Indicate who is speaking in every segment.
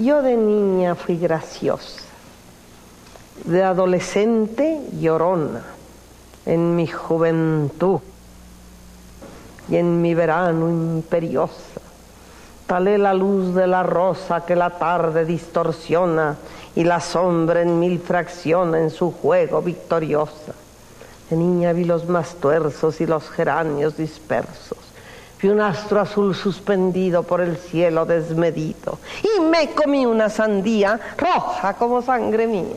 Speaker 1: Yo de niña fui graciosa, de adolescente llorona, en mi juventud y en mi verano imperiosa. Tal es la luz de la rosa que la tarde distorsiona y la sombra en mil fracciona en su juego victoriosa. De niña vi los mastuerzos y los geranios dispersos. Vi un astro azul suspendido por el cielo desmedido. Y me comí una sandía roja como sangre mía.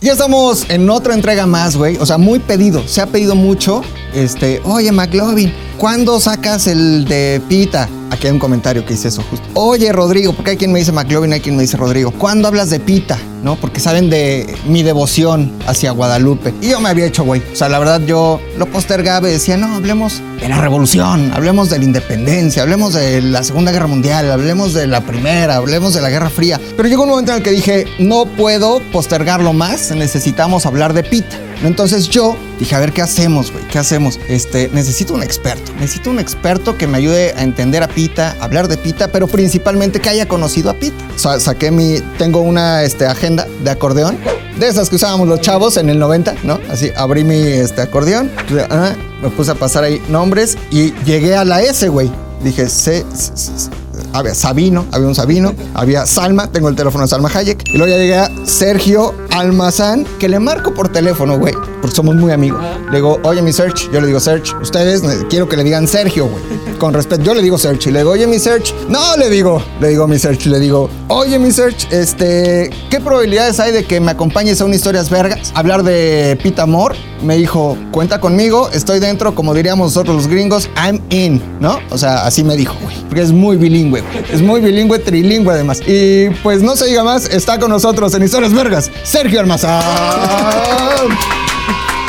Speaker 2: Ya estamos en otra entrega más, güey. O sea, muy pedido. Se ha pedido mucho. Este, oye, McLovin, ¿cuándo sacas el de Pita? Aquí hay un comentario que dice eso justo. Oye, Rodrigo, porque hay quien me dice McLovin, hay quien me dice Rodrigo. ¿Cuándo hablas de Pita? ¿No? Porque saben de mi devoción hacia Guadalupe. Y yo me había hecho, güey. O sea, la verdad, yo lo postergaba y decía, no, hablemos de la revolución, hablemos de la independencia, hablemos de la Segunda Guerra Mundial, hablemos de la Primera, hablemos de la Guerra Fría. Pero llegó un momento en el que dije, no puedo postergarlo más necesitamos hablar de Pita. Entonces yo dije, a ver, ¿qué hacemos, güey? ¿Qué hacemos? Este, necesito un experto. Necesito un experto que me ayude a entender a Pita, a hablar de Pita, pero principalmente que haya conocido a Pita. Sa- saqué mi, tengo una este, agenda de acordeón, de esas que usábamos los chavos en el 90, ¿no? Así, abrí mi este, acordeón, ah, me puse a pasar ahí nombres y llegué a la S, güey. Dije, C, C- C- había Sabino, había un Sabino, había Salma, tengo el teléfono de Salma Hayek. Y luego ya llegué a Sergio Almazán, que le marco por teléfono, güey, porque somos muy amigos. Le digo, oye, mi Search, yo le digo, Search, ustedes eh, quiero que le digan Sergio, güey. Con respeto, yo le digo Search. Y le digo, oye, mi Search, no le digo, le digo, mi Search, le digo, oye, mi Search, este, ¿qué probabilidades hay de que me acompañes a un Historias Vergas? Hablar de Pita Moore. Me dijo, cuenta conmigo, estoy dentro, como diríamos nosotros los gringos, I'm in, ¿no? O sea, así me dijo, güey. Porque es muy bilingüe, güey. Es muy bilingüe, trilingüe además. Y pues no se diga más, está con nosotros en Historias Vergas, Sergio Almazán.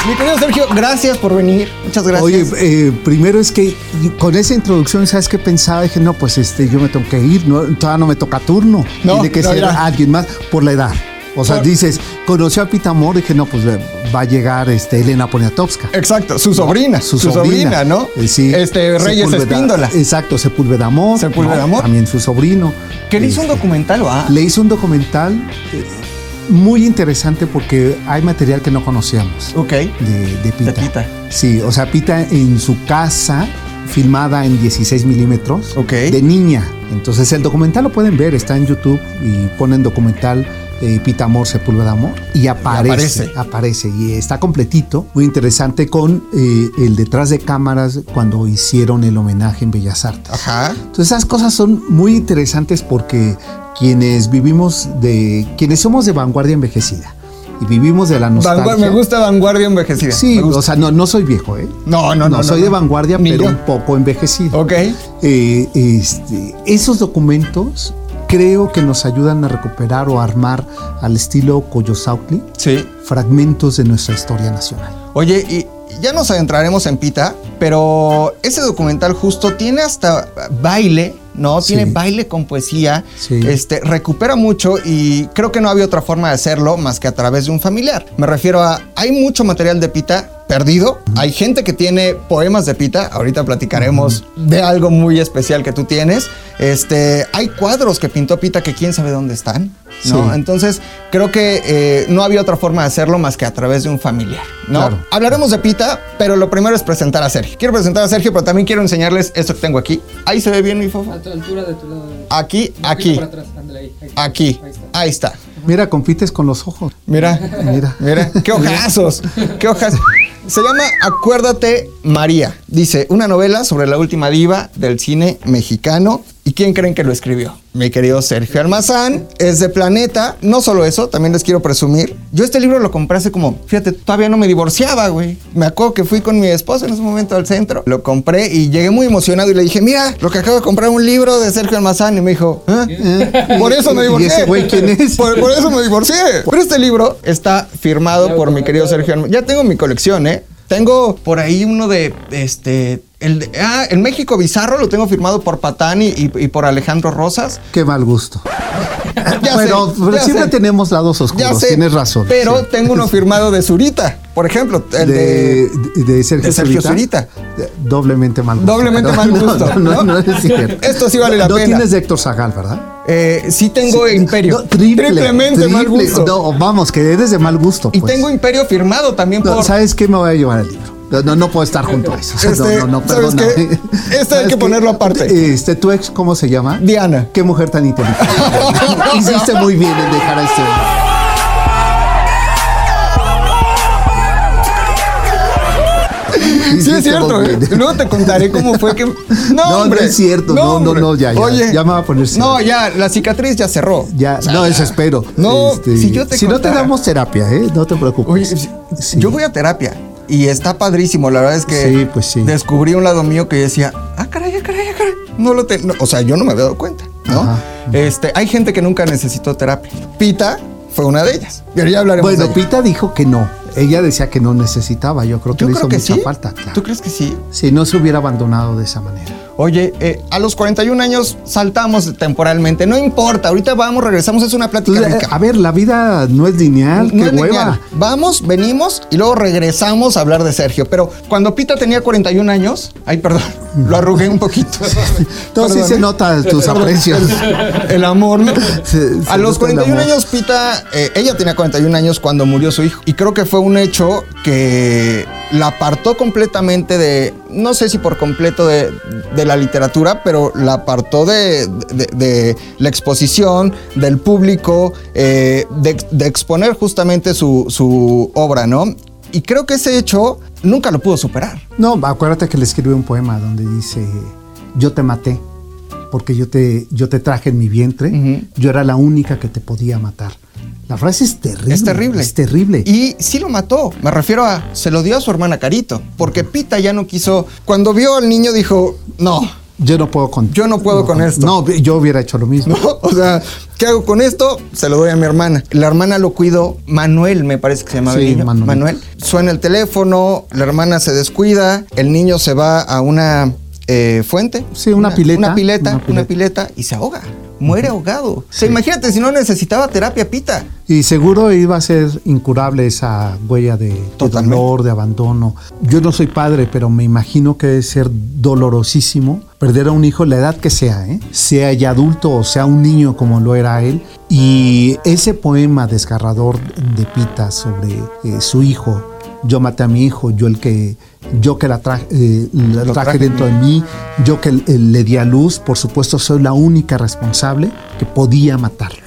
Speaker 2: Mi querido Sergio, gracias por venir. Muchas gracias.
Speaker 3: Oye, eh, primero es que con esa introducción, ¿sabes qué pensaba? Dije, no, pues este, yo me tengo que ir, no, todavía no me toca turno.
Speaker 2: No,
Speaker 3: Tiene que
Speaker 2: no,
Speaker 3: ser
Speaker 2: mira.
Speaker 3: alguien más por la edad. O sea,
Speaker 2: Por-
Speaker 3: dices, conoció a Pita Moore, dije, no, pues le- va a llegar este, Elena Poniatowska.
Speaker 2: Exacto, su Eh, sobrina, su, sobrina, ¿no?
Speaker 3: Eh, sí.
Speaker 2: Este Reyes
Speaker 3: Sepúlveda-
Speaker 2: Espíndola.
Speaker 3: Exacto, Sepúlveda Amor.
Speaker 2: Sepúlveda Amor.
Speaker 3: También su sobrino.
Speaker 2: Que le hizo un
Speaker 3: Este,
Speaker 2: documental, ¿va?
Speaker 3: Le hizo un documental eh, muy interesante porque hay material que no conocíamos
Speaker 2: Ok.
Speaker 3: de, de Pita.
Speaker 2: De Pita.
Speaker 3: Sí, o sea, Pita en su casa, filmada en 16 milímetros,
Speaker 2: Ok.
Speaker 3: de niña. Entonces el documental lo pueden ver, está en YouTube y ponen documental eh, Pita Amor, Sepúlveda Amor, y aparece,
Speaker 2: aparece.
Speaker 3: aparece. y está completito, muy interesante con eh, el detrás de cámaras cuando hicieron el homenaje en Bellas Artes.
Speaker 2: Ajá.
Speaker 3: Entonces esas cosas son muy interesantes porque quienes vivimos de, quienes somos de vanguardia envejecida y vivimos de la nostalgia.
Speaker 2: Vanguardia- me gusta Vanguardia Envejecida.
Speaker 3: Sí,
Speaker 2: Me gusta.
Speaker 3: o sea, no, no soy viejo, ¿eh?
Speaker 2: No, no, no, no,
Speaker 3: soy
Speaker 2: no.
Speaker 3: de vanguardia,
Speaker 2: Ni
Speaker 3: pero
Speaker 2: yo.
Speaker 3: un poco envejecido.
Speaker 2: Ok.
Speaker 3: Eh, este, esos documentos creo que nos ayudan a recuperar o armar al estilo Coyosautli
Speaker 2: Sí.
Speaker 3: fragmentos de nuestra historia nacional.
Speaker 2: Oye, y y ya nos adentraremos en Pita, pero ese documental justo tiene hasta baile, ¿no? Tiene
Speaker 3: Sí.
Speaker 2: baile con poesía,
Speaker 3: Sí.
Speaker 2: este, recupera mucho y creo que no había otra forma de hacerlo más que a través de un familiar. Me refiero a, hay mucho material de Pita perdido, hay gente que tiene poemas de Pita, ahorita platicaremos de algo muy especial que tú tienes, este, hay cuadros que pintó Pita que quién sabe dónde están, ¿no?
Speaker 3: Sí.
Speaker 2: Entonces, creo que eh, no había otra forma de hacerlo más que a través de un familiar, ¿no?
Speaker 3: Claro.
Speaker 2: Hablaremos de Pita, pero lo primero es presentar a Sergio. Quiero presentar a Sergio, pero también quiero enseñarles esto que tengo aquí. Ahí se ve bien mi fofo.
Speaker 4: A tu altura de tu lado. Un
Speaker 2: Aquí,
Speaker 4: poquito
Speaker 2: aquí,
Speaker 4: para atrás, ándale ahí, ahí.
Speaker 2: aquí.
Speaker 4: Ahí está.
Speaker 2: Ahí está.
Speaker 3: Mira, compites con los ojos.
Speaker 2: Mira, mira,
Speaker 3: Mira.
Speaker 2: mira. ¡Qué ojazos! ¡Qué hojas! Se llama Acuérdate María. Dice, una novela sobre la última diva del cine mexicano. ¿Y quién creen que lo escribió? Mi querido Sergio Almazán. Es de Planeta. No solo eso, también les quiero presumir. Yo este libro lo compré hace como, fíjate, todavía no me divorciaba, güey. Me acuerdo que fui con mi esposa en ese momento al centro. Lo compré y llegué muy emocionado y le dije, mira, lo que acabo de comprar un libro de Sergio Almazán. Y me dijo, ¿Ah? Por eso me
Speaker 3: ¿Eh? ¿Y
Speaker 2: divorcié.
Speaker 3: ese güey quién es?
Speaker 2: Por, por eso me divorcié. Pero este libro está firmado por mi querido Sergio. Alm- Ya tengo mi colección, ¿eh? Tengo por ahí uno de, este, el, de- ah, el México Bizarro lo tengo firmado por Patán y, y- y por Alejandro Rosas.
Speaker 3: Qué mal gusto.
Speaker 2: Ya
Speaker 3: Ah, pero
Speaker 2: sé,
Speaker 3: pero
Speaker 2: ya
Speaker 3: siempre
Speaker 2: sé.
Speaker 3: tenemos lados oscuros,
Speaker 2: Ya sé,
Speaker 3: tienes razón.
Speaker 2: Pero
Speaker 3: sí.
Speaker 2: tengo uno firmado de Zurita, por ejemplo, el de,
Speaker 3: de, de, Sergio,
Speaker 2: de Sergio Zurita.
Speaker 3: De- Doblemente mal gusto.
Speaker 2: Doblemente
Speaker 3: No,
Speaker 2: mal gusto,
Speaker 3: No,
Speaker 2: ¿no?
Speaker 3: no, no, es cierto.
Speaker 2: Esto sí vale la
Speaker 3: No
Speaker 2: pena.
Speaker 3: tienes de Héctor Zagal, ¿verdad?
Speaker 2: eh, sí tengo Imperio.
Speaker 3: No, triple,
Speaker 2: Triplemente
Speaker 3: triple.
Speaker 2: mal gusto.
Speaker 3: No, vamos, que eres de mal gusto.
Speaker 2: y
Speaker 3: pues.
Speaker 2: tengo Imperio firmado también
Speaker 3: No,
Speaker 2: por
Speaker 3: ¿Sabes qué me voy a llevar el libro? No, no, no puedo estar junto a eso.
Speaker 2: Este,
Speaker 3: no, no, no,
Speaker 2: ¿sabes
Speaker 3: perdóname.
Speaker 2: qué? Este hay
Speaker 3: ¿Sabes
Speaker 2: que
Speaker 3: qué?
Speaker 2: ponerlo aparte.
Speaker 3: Este, ¿Tu ex cómo se llama?
Speaker 2: Diana.
Speaker 3: Qué mujer tan inteligente. Hiciste muy bien en dejar a este hombre.
Speaker 2: Sí,
Speaker 3: Hiciste
Speaker 2: es cierto.
Speaker 3: muy
Speaker 2: ¿eh?
Speaker 3: bien.
Speaker 2: Luego te contaré cómo fue que. No,
Speaker 3: no
Speaker 2: hombre,
Speaker 3: es cierto, no, no,
Speaker 2: hombre.
Speaker 3: no, ya, ya, ya me va a poner serio.
Speaker 2: No, ya, la cicatriz ya cerró.
Speaker 3: Ya, no, eso espero. Este,
Speaker 2: No, si yo te
Speaker 3: no te
Speaker 2: contara.
Speaker 3: damos terapia, ¿eh? No te preocupes.
Speaker 2: Oye, si-
Speaker 3: Sí.
Speaker 2: yo voy a terapia y está padrísimo. La verdad es que
Speaker 3: Sí, pues sí.
Speaker 2: descubrí un lado mío que yo decía, ah, caray, ah, caray, ah, caray. No lo te- no, o sea, yo no me había dado cuenta, ¿no?
Speaker 3: Ajá.
Speaker 2: Este, hay gente que nunca necesitó terapia. Pita fue una de ellas. Pero ya hablaremos de
Speaker 3: Bueno,
Speaker 2: ella.
Speaker 3: Pita dijo que no. Ella decía que no necesitaba. Yo creo que
Speaker 2: yo
Speaker 3: le
Speaker 2: creo
Speaker 3: hizo
Speaker 2: que
Speaker 3: mucha
Speaker 2: sí.
Speaker 3: falta. claro.
Speaker 2: ¿Tú crees que sí?
Speaker 3: Si no se hubiera abandonado de esa manera.
Speaker 2: Oye, eh, a los 41 años saltamos temporalmente. No importa, ahorita vamos, regresamos, es una plática
Speaker 3: Entonces,
Speaker 2: rica.
Speaker 3: a ver, la vida no es lineal,
Speaker 2: No
Speaker 3: qué
Speaker 2: es lineal.
Speaker 3: hueva.
Speaker 2: Vamos, venimos y luego regresamos a hablar de Sergio. Pero cuando Pita tenía 41 años, ay, perdón, lo arrugué un poquito.
Speaker 3: Entonces sí se
Speaker 2: Perdón.
Speaker 3: nota tus aprecios.
Speaker 2: El amor, ¿no?
Speaker 3: Se- se
Speaker 2: a los
Speaker 3: nota el
Speaker 2: 41
Speaker 3: amor.
Speaker 2: años, Pita, eh, ella tenía 41 años cuando murió su hijo. Y creo que fue un hecho que la apartó completamente de, no sé si por completo de, de la literatura, pero la apartó de, de- de la exposición, del público, eh, de, de exponer justamente su, su obra, ¿no? Y creo que ese hecho nunca lo pudo superar.
Speaker 3: No, acuérdate que le escribí un poema donde dice, yo te maté porque yo te, yo te traje en mi vientre,
Speaker 2: Ujú.
Speaker 3: yo era la única que te podía matar. La frase es terrible.
Speaker 2: Es terrible.
Speaker 3: Es terrible.
Speaker 2: Y sí lo mató. Me refiero a, se lo dio a su hermana Carito, porque Pita ya no quiso. Cuando vio al niño dijo, no,
Speaker 3: yo no puedo con
Speaker 2: Yo no puedo con esto.
Speaker 3: No, yo hubiera hecho lo mismo.
Speaker 2: ¿no? O sea, ¿qué hago con esto? Se lo doy a mi hermana. La hermana lo cuidó, Manuel me parece que se llamaba el
Speaker 3: Sí,
Speaker 2: niño.
Speaker 3: Manuel.
Speaker 2: Suena el teléfono, la hermana se descuida, el niño se va a una eh, fuente.
Speaker 3: Sí, una pileta,
Speaker 2: Una pileta,
Speaker 3: una
Speaker 2: una pileta, y se ahoga. Muere ahogado. O sea, imagínate si no necesitaba terapia, Pita.
Speaker 3: Y seguro iba a ser incurable esa huella de, de
Speaker 2: Totalmente.
Speaker 3: dolor, de abandono. Yo no soy padre, pero me imagino que debe ser dolorosísimo perder a un hijo, la edad que sea, ¿eh? sea ya adulto o sea un niño como lo era él. Y ese poema desgarrador de Pita sobre eh, su hijo, yo maté a mi hijo, yo el que, yo que la traje, eh, la
Speaker 2: Lo
Speaker 3: traje
Speaker 2: traje.
Speaker 3: dentro de mí, yo que eh, le di a luz, por supuesto soy la única responsable que podía matarlo,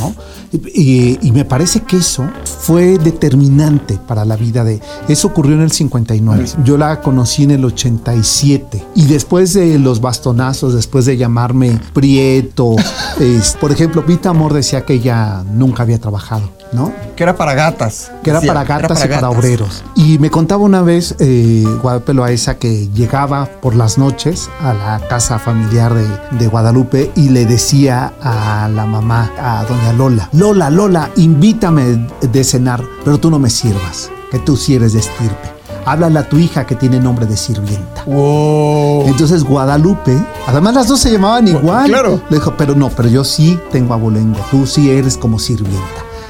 Speaker 3: ¿no? Y, y me parece que eso fue determinante para la vida de... Eso ocurrió en el 59. Yo la conocí en el 87. Y después de los bastonazos, después de llamarme Prieto, es- por ejemplo, Vita Amor decía que ella nunca había trabajado, ¿no?
Speaker 2: Que era para gatas.
Speaker 3: que era
Speaker 2: decía,
Speaker 3: para gatas y para
Speaker 2: gatas.
Speaker 3: obreros. Y me contaba una vez eh, Guadalupe Loaiza que llegaba por las noches a la casa familiar de, de Guadalupe y le decía a la mamá, a doña Lola, Lola, Lola, invítame de cenar, pero tú no me sirvas, que tú sí eres de estirpe. Háblale a tu hija que tiene nombre de sirvienta.
Speaker 2: Wow.
Speaker 3: Entonces Guadalupe, además las dos se llamaban igual.
Speaker 2: claro.
Speaker 3: Le dijo, pero no, pero yo sí tengo abolengo, tú sí eres como sirvienta.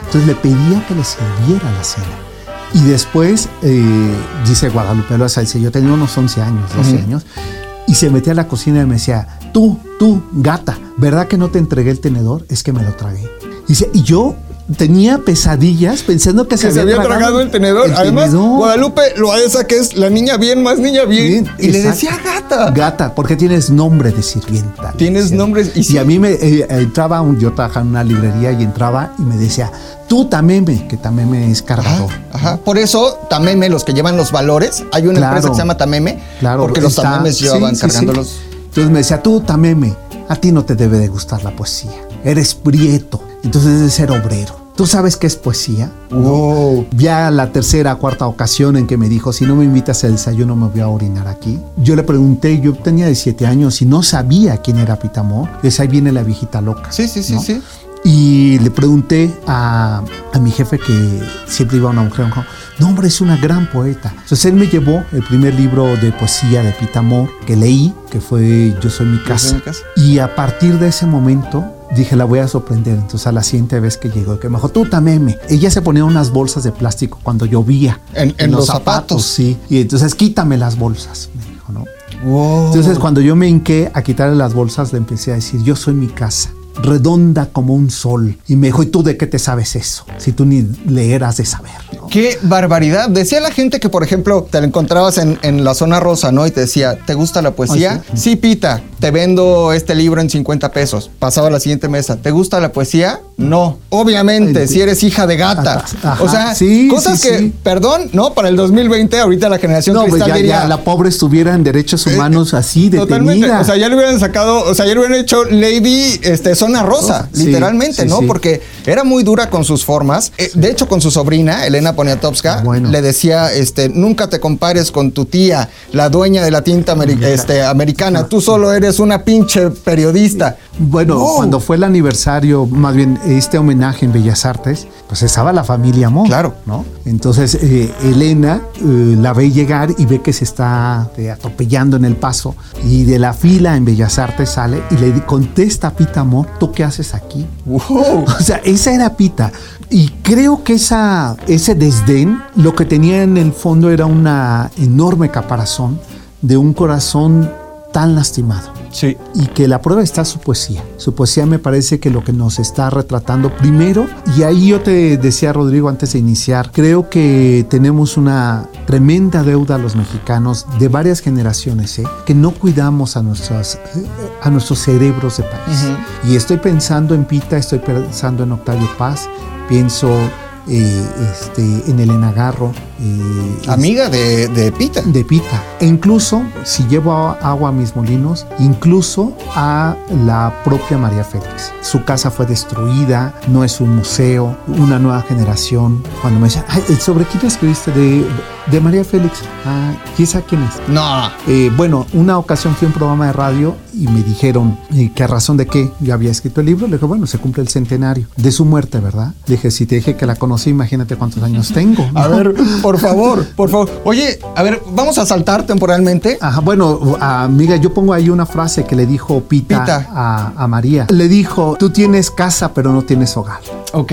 Speaker 3: Entonces le pedía que le sirviera la cena. Y después, eh, dice Guadalupe Loaiza, dice, yo tenía unos 11 años, 12 años, y se metía a la cocina y me decía, tú, tú, gata, ¿verdad que no te entregué el tenedor? Es que me lo tragué. Dice, y yo tenía pesadillas pensando que,
Speaker 2: Que se había tragado el tenedor. Además,
Speaker 3: tenedor.
Speaker 2: Guadalupe Loaesa, que es la niña bien, más niña bien.
Speaker 3: Bien,
Speaker 2: y le
Speaker 3: exacto.
Speaker 2: decía gata.
Speaker 3: Gata, porque tienes nombre de sirvienta. le
Speaker 2: Tienes
Speaker 3: decía.
Speaker 2: nombre- y
Speaker 3: Y,
Speaker 2: sí.
Speaker 3: a mí me eh, entraba, un- yo trabajaba en una librería y entraba y me decía, tú tameme, que tameme es cargador.
Speaker 2: Ajá, ajá. Por eso, Tameme, los que llevan los valores, hay una
Speaker 3: Claro.
Speaker 2: empresa que se llama Tameme,
Speaker 3: Claro,
Speaker 2: porque los
Speaker 3: está-
Speaker 2: Tamemes
Speaker 3: sí,
Speaker 2: llevaban
Speaker 3: sí, sí.
Speaker 2: cargándolos.
Speaker 3: Entonces me decía, tú tameme, a ti no te debe de gustar la poesía. Eres prieto, entonces debes ser obrero. ¿Tú sabes qué es poesía?
Speaker 2: Wow.
Speaker 3: Ya la tercera, cuarta ocasión en que me dijo, si no me invitas al desayuno me voy a orinar aquí. Yo le pregunté, yo tenía 17 años y no sabía quién era Pitamor. Es ahí viene la viejita loca.
Speaker 2: Sí, sí, sí,
Speaker 3: ¿no?
Speaker 2: sí.
Speaker 3: Y le pregunté a, a mi jefe que siempre iba una mujer, me dijo, no hombre, es una gran poeta. Entonces él me llevó el primer libro de poesía de Pitamor que leí, que fue Yo soy mi
Speaker 2: soy
Speaker 3: casa.
Speaker 2: mi casa.
Speaker 3: Y a partir de ese momento Dije, la voy a sorprender. Entonces, a la siguiente vez que llegó, que me dijo, tú también. me". Ella se ponía unas bolsas de plástico cuando llovía.
Speaker 2: En- en los zapatos.
Speaker 3: Sí. Y entonces, quítame las bolsas, me dijo, ¿no?
Speaker 2: Wow.
Speaker 3: Entonces, cuando yo me hinqué a quitarle las bolsas, le empecé a decir, yo soy mi casa, redonda como un sol. Y me dijo, ¿y tú de qué te sabes eso? Si tú ni le eras de saber, ¿no?
Speaker 2: Qué barbaridad. Decía la gente que, por ejemplo, te la encontrabas en, en la zona rosa, ¿no? Y te decía, ¿te gusta la poesía?
Speaker 3: Ah,
Speaker 2: sí. Pita, te vendo este libro en 50 pesos. Pasaba a la siguiente mesa. ¿Te gusta la poesía? No. Obviamente,
Speaker 3: Ay,
Speaker 2: si eres hija de gata.
Speaker 3: Ajá,
Speaker 2: o sea,
Speaker 3: sí,
Speaker 2: cosas
Speaker 3: sí,
Speaker 2: que,
Speaker 3: sí.
Speaker 2: perdón, ¿no? Para el 2020, ahorita la generación
Speaker 3: No, pues
Speaker 2: cristal
Speaker 3: ya,
Speaker 2: diría, Eh,
Speaker 3: ya la pobre estuviera en derechos humanos así,
Speaker 2: Totalmente.
Speaker 3: detenida.
Speaker 2: O sea, ya le hubieran sacado, o sea, ya le hubieran hecho Lady este, Zona Rosa,
Speaker 3: Rosa. Oh, Sí,
Speaker 2: literalmente,
Speaker 3: sí,
Speaker 2: ¿no?
Speaker 3: sí.
Speaker 2: Porque era muy dura con sus formas. Eh, De hecho, con su sobrina, Elena Poniatowska,
Speaker 3: Bueno.
Speaker 2: le decía, este, nunca te compares con tu tía, la dueña de la tinta ameri- este, americana. Tú solo eres una pinche periodista.
Speaker 3: Ah, Bueno,
Speaker 2: No.
Speaker 3: cuando fue el aniversario, más bien este homenaje en Bellas Artes, pues estaba la familia Mo.
Speaker 2: Claro.
Speaker 3: ¿no? Entonces eh, Elena eh, la ve llegar y ve que se está eh, atropellando en el paso y de la fila en Bellas Artes sale y le di- contesta a Pita Mo, ¿tú qué haces aquí?
Speaker 2: Wow.
Speaker 3: O sea, esa era Pita. Y creo que esa, ese desdén, lo que tenía en el fondo era una enorme caparazón de un corazón tan lastimado
Speaker 2: Sí.
Speaker 3: y que la prueba está su poesía. Su poesía me parece que lo que nos está retratando primero, y ahí yo te decía Rodrigo antes de iniciar, creo que tenemos una tremenda deuda a los mexicanos de varias generaciones, ¿eh? que no cuidamos a, nuestras, a nuestros cerebros de país. Y estoy pensando en Pita, estoy pensando en Octavio Paz, pienso eh, este, en Elena Garro. eh,
Speaker 2: Amiga de, de Pita.
Speaker 3: de pita. E incluso, si llevo a- agua a mis molinos, incluso a la propia María Félix. Su casa fue destruida, no es un museo, una nueva generación. Cuando me decían, "Ay, ¿sobre quién escribiste de, de María Félix? Ah, ¿y esa quién es?
Speaker 2: No.
Speaker 3: Eh, bueno, una ocasión fui a un programa de radio y me dijeron eh, que a razón de qué yo había escrito el libro. Le dije, bueno, se cumple el centenario de su muerte, ¿verdad? Le dije, si te dije que la conocí, imagínate cuántos años tengo.
Speaker 2: A
Speaker 3: ¿no?
Speaker 2: ver, por favor, por favor. Oye, a ver, vamos a saltar temporalmente.
Speaker 3: Ajá, bueno, amiga, yo pongo ahí una frase que le dijo Pita,
Speaker 2: Pita.
Speaker 3: A, a María. Le dijo, tú tienes casa, pero no tienes hogar.
Speaker 2: Ok.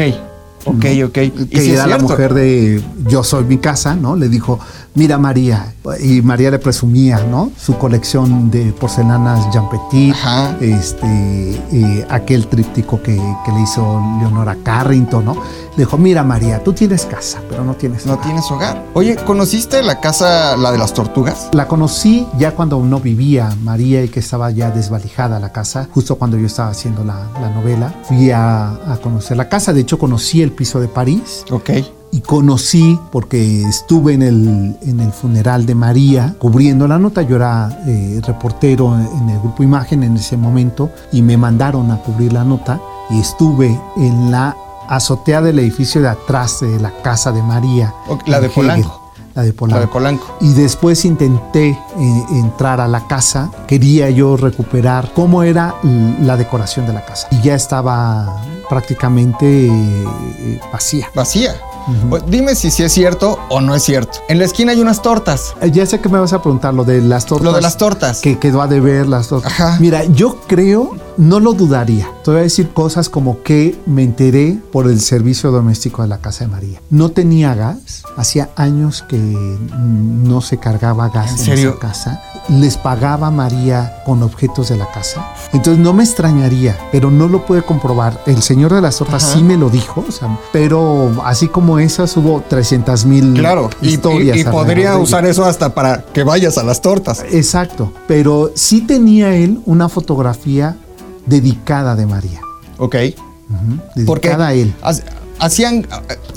Speaker 2: Ok, ok.
Speaker 3: Que
Speaker 2: sí es
Speaker 3: era la
Speaker 2: cierto.
Speaker 3: mujer de Yo soy mi casa, ¿no? Le dijo, mira María. Y María le presumía, ¿no? Su colección de porcelanas Jean Petit,
Speaker 2: Ajá.
Speaker 3: este, eh, aquel tríptico que, que le hizo Leonora Carrington, ¿no? Le dijo, mira María, tú tienes casa, pero no tienes
Speaker 2: No
Speaker 3: hogar".
Speaker 2: tienes hogar. Oye, ¿conociste la casa, la de las tortugas?
Speaker 3: La conocí ya cuando no vivía María y que estaba ya desvalijada la casa, justo cuando yo estaba haciendo la, la novela. Fui a, a conocer la casa, de hecho conocí el piso de París
Speaker 2: Ok.
Speaker 3: y conocí, porque estuve en el, en el funeral de María cubriendo la nota, yo era eh, reportero en el grupo Imagen en ese momento y me mandaron a cubrir la nota y estuve en la azotea del edificio de atrás de la casa de María.
Speaker 2: Ok, la de
Speaker 3: en Hegel.
Speaker 2: Polanco.
Speaker 3: La de
Speaker 2: La de
Speaker 3: Polanco.
Speaker 2: Polanco.
Speaker 3: Y después intenté eh, entrar a la casa. Quería yo recuperar cómo era l- la decoración de la casa. Y ya estaba prácticamente eh, eh, vacía.
Speaker 2: Vacía. O- Dime si sí es cierto o no es cierto. En la esquina hay unas tortas.
Speaker 3: Eh, Ya sé que me vas a preguntar lo de las tortas.
Speaker 2: Lo de las tortas.
Speaker 3: Que quedó a deber las tortas.
Speaker 2: Ajá.
Speaker 3: Mira, yo creo, no lo dudaría. Te voy a decir cosas como que me enteré por el servicio doméstico de la casa de María. No tenía gas. Hacía años que mm, no se cargaba gas
Speaker 2: ¿En
Speaker 3: en,
Speaker 2: serio?
Speaker 3: esa casa. Les pagaba María con objetos de la casa. Entonces no me extrañaría, pero no lo pude comprobar. El señor de las tortas sí me lo dijo, o sea, pero así como esas hubo 300 mil
Speaker 2: Claro. Y,
Speaker 3: historias.
Speaker 2: y- y
Speaker 3: alrededor
Speaker 2: podría
Speaker 3: de
Speaker 2: usar eso hasta para que vayas a las tortas.
Speaker 3: Exacto, pero sí tenía él una fotografía dedicada de María.
Speaker 2: Ok.
Speaker 3: Ujú,
Speaker 2: Porque
Speaker 3: Dedicada a él.
Speaker 2: ha- hacían,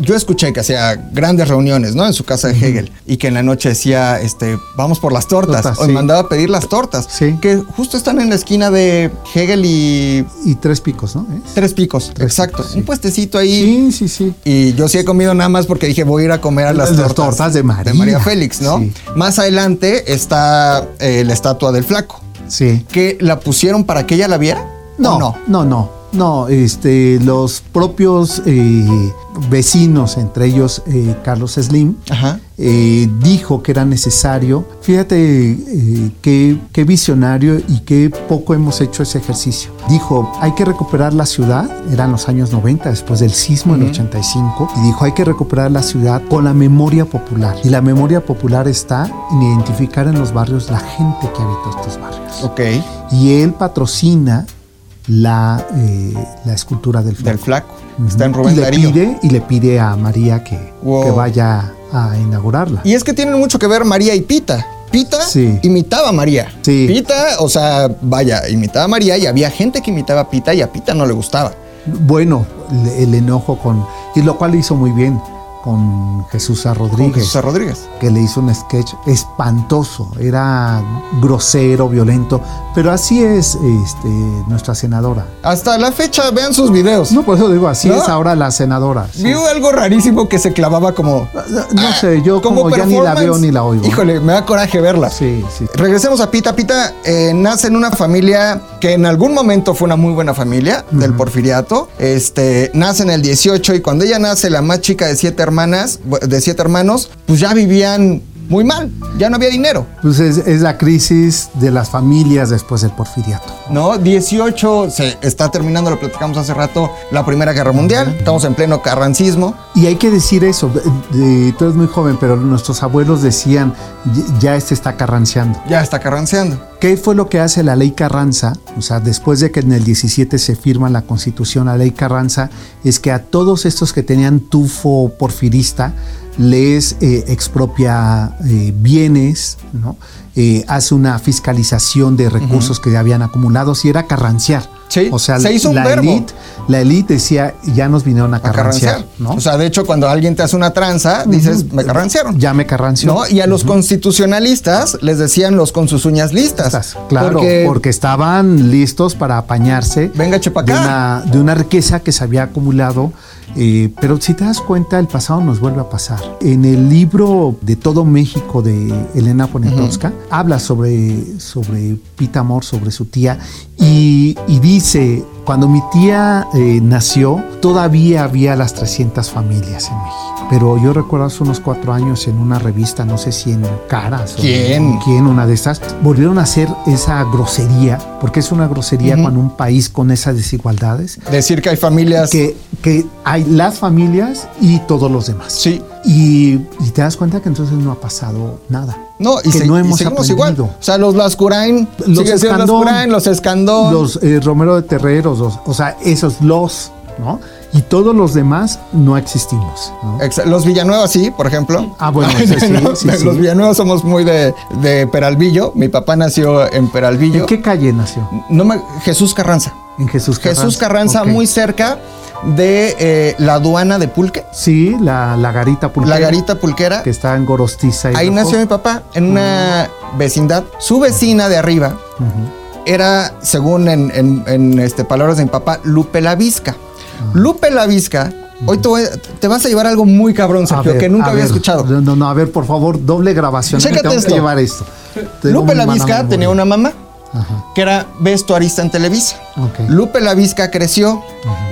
Speaker 2: yo escuché que hacía grandes reuniones, ¿no? En su casa de Hegel y que en la noche decía, este, vamos por las tortas.
Speaker 3: Tortas,
Speaker 2: o
Speaker 3: sí.
Speaker 2: mandaba a pedir las tortas.
Speaker 3: Sí.
Speaker 2: Que justo están en la esquina de Hegel y
Speaker 3: Y tres picos, ¿no? ¿Es?
Speaker 2: Tres Picos.
Speaker 3: Tres
Speaker 2: exacto.
Speaker 3: Picos, sí.
Speaker 2: Un puestecito ahí.
Speaker 3: Sí, sí, sí.
Speaker 2: Y yo sí he comido nada más porque dije, voy a ir a comer a las,
Speaker 3: Las tortas de María.
Speaker 2: Félix, ¿no?
Speaker 3: Sí.
Speaker 2: Más adelante está eh, la estatua del flaco,
Speaker 3: Sí.
Speaker 2: que la pusieron para que ella la viera. ¿o
Speaker 3: No,
Speaker 2: no.
Speaker 3: no, no. No, este, los propios eh, vecinos, entre ellos eh, Carlos Slim,
Speaker 2: Ajá.
Speaker 3: eh, dijo que era necesario. Fíjate eh, qué, qué visionario y qué poco hemos hecho ese ejercicio. Dijo, hay que recuperar la ciudad, eran los años 90, después del sismo en 85, y dijo, hay que recuperar la ciudad con la memoria popular. Y la memoria popular está en identificar en los barrios la gente que habita estos barrios.
Speaker 2: Ok.
Speaker 3: Y él patrocina la, eh, la escultura del
Speaker 2: Del
Speaker 3: flaco.
Speaker 2: flaco. Está en Rubén
Speaker 3: y le
Speaker 2: Darío.
Speaker 3: Pide, y le pide a María que,
Speaker 2: Wow.
Speaker 3: que vaya a inaugurarla.
Speaker 2: Y es que tienen mucho que ver María y Pita. Pita
Speaker 3: Sí.
Speaker 2: imitaba a María.
Speaker 3: Sí.
Speaker 2: Pita, o sea, vaya, imitaba a María y había gente que imitaba a Pita y a Pita no le gustaba.
Speaker 3: bueno le- el enojo con y lo cual hizo muy bien con Jesús A.
Speaker 2: Con
Speaker 3: Rodríguez
Speaker 2: Jesús A. Rodríguez.
Speaker 3: que le hizo un sketch espantoso era grosero violento pero así es este, nuestra senadora
Speaker 2: Hasta la fecha, vean sus videos.
Speaker 3: no por eso digo así
Speaker 2: ¿No?
Speaker 3: es ahora la senadora sí.
Speaker 2: Vio algo rarísimo que se clavaba como.
Speaker 3: no sé yo como, ya ni la
Speaker 2: performance.
Speaker 3: veo ni la oigo
Speaker 2: Híjole, me da coraje verla.
Speaker 3: sí sí
Speaker 2: Regresemos a Pita. Pita eh, nace en una familia que en algún momento fue una muy buena familia del Porfiriato. Este, nace en el 18 y cuando ella nace, la más chica de siete hermanas, bu- de siete hermanos, pues ya vivían muy mal, ya no había dinero,
Speaker 3: pues es, es la crisis de las familias después del porfiriato
Speaker 2: ¿no? 18 se está terminando, lo platicamos hace rato, la Primera Guerra Mundial. Estamos en pleno carrancismo.
Speaker 3: Y hay que decir eso, de- de- tú eres muy joven, pero nuestros abuelos decían, "Ya- ya este está carranceando.
Speaker 2: Ya está carranceando.
Speaker 3: ¿Qué fue lo que hace la ley Carranza? O sea, después de que en el 17 se firma la constitución, la ley Carranza, es que a todos estos que tenían tufo porfirista les eh, expropia eh, bienes, ¿no? Eh, hace una fiscalización de recursos que ya habían acumulados y era carrancear.
Speaker 2: Sí,
Speaker 3: o sea,
Speaker 2: se hizo un
Speaker 3: la
Speaker 2: verbo.
Speaker 3: élite la élite decía, ya nos vinieron a
Speaker 2: A
Speaker 3: carrancear,
Speaker 2: carrancear.
Speaker 3: ¿no?
Speaker 2: O sea, de hecho, cuando alguien te hace una tranza, dices,
Speaker 3: Ujú.
Speaker 2: me carrancearon.
Speaker 3: Ya me carranció.
Speaker 2: ¿no? Y a los constitucionalistas les decían los con sus uñas listas.
Speaker 3: Claro,
Speaker 2: porque,
Speaker 3: porque, estaban listos para apañarse
Speaker 2: Venga, chepa
Speaker 3: de,
Speaker 2: acá.
Speaker 3: una, de una riqueza que se había acumulado. eh, pero si te das cuenta, el pasado nos vuelve a pasar. En el libro de Todo México de Elena Poniatowska, habla sobre, sobre Pita Amor, sobre su tía, y, y dice, cuando mi tía eh, nació, todavía había las 300 familias en México. Pero yo recuerdo hace unos cuatro años en una revista, no sé si en Caras o
Speaker 2: ¿Quién?
Speaker 3: en quién, una de estas, volvieron a hacer esa grosería, porque es una grosería cuando un país con esas desigualdades,
Speaker 2: decir que hay familias.
Speaker 3: que, que hay las familias y todos los demás.
Speaker 2: Sí.
Speaker 3: Y, y te das cuenta que entonces no ha pasado nada.
Speaker 2: No, y,
Speaker 3: que
Speaker 2: se-
Speaker 3: no
Speaker 2: y
Speaker 3: hemos
Speaker 2: seguimos
Speaker 3: aprendido.
Speaker 2: igual. O sea, los Lascurain,
Speaker 3: Los
Speaker 2: siguen siendo
Speaker 3: Escandón.
Speaker 2: Lascurain, los Escandón.
Speaker 3: Los eh, Romero de Terreros, los- o sea, esos los, ¿no? Y todos los demás no existimos. ¿no?
Speaker 2: ex- los Villanueva, sí, por ejemplo.
Speaker 3: Ah, bueno, ese sí,
Speaker 2: ¿no?
Speaker 3: sí, sí.
Speaker 2: Los Villanueva somos muy de, de Peralvillo. Mi papá nació en Peralvillo.
Speaker 3: ¿En qué calle nació?
Speaker 2: No me- Jesús Carranza.
Speaker 3: En Jesús Carranza.
Speaker 2: Jesús Carranza,
Speaker 3: Ok.
Speaker 2: muy cerca de eh, la aduana de Pulque,
Speaker 3: Sí, la, la garita pulquera.
Speaker 2: la garita pulquera.
Speaker 3: Que está en Gorostiza. y
Speaker 2: Ahí
Speaker 3: Rojo.
Speaker 2: nació mi papá, en una vecindad. Su vecina de arriba era, según en, en- en, este, palabras de mi papá, Lupe la Vizca. Lupe la Vizca, hoy te, voy- te vas a llevar algo muy cabrón,
Speaker 3: A
Speaker 2: Sergio,
Speaker 3: ver,
Speaker 2: que nunca
Speaker 3: a
Speaker 2: había
Speaker 3: ver,
Speaker 2: escuchado.
Speaker 3: No, no, no, a ver, por favor, doble grabación.
Speaker 2: Chécate
Speaker 3: Tengo que
Speaker 2: esto.
Speaker 3: llevar esto. Tengo
Speaker 2: Lupe
Speaker 3: muy
Speaker 2: la
Speaker 3: mala
Speaker 2: Vizca
Speaker 3: memoria.
Speaker 2: tenía una mamá
Speaker 3: Ajá.
Speaker 2: que era vestuarista en Televisa.
Speaker 3: Ok.
Speaker 2: Lupe la Vizca creció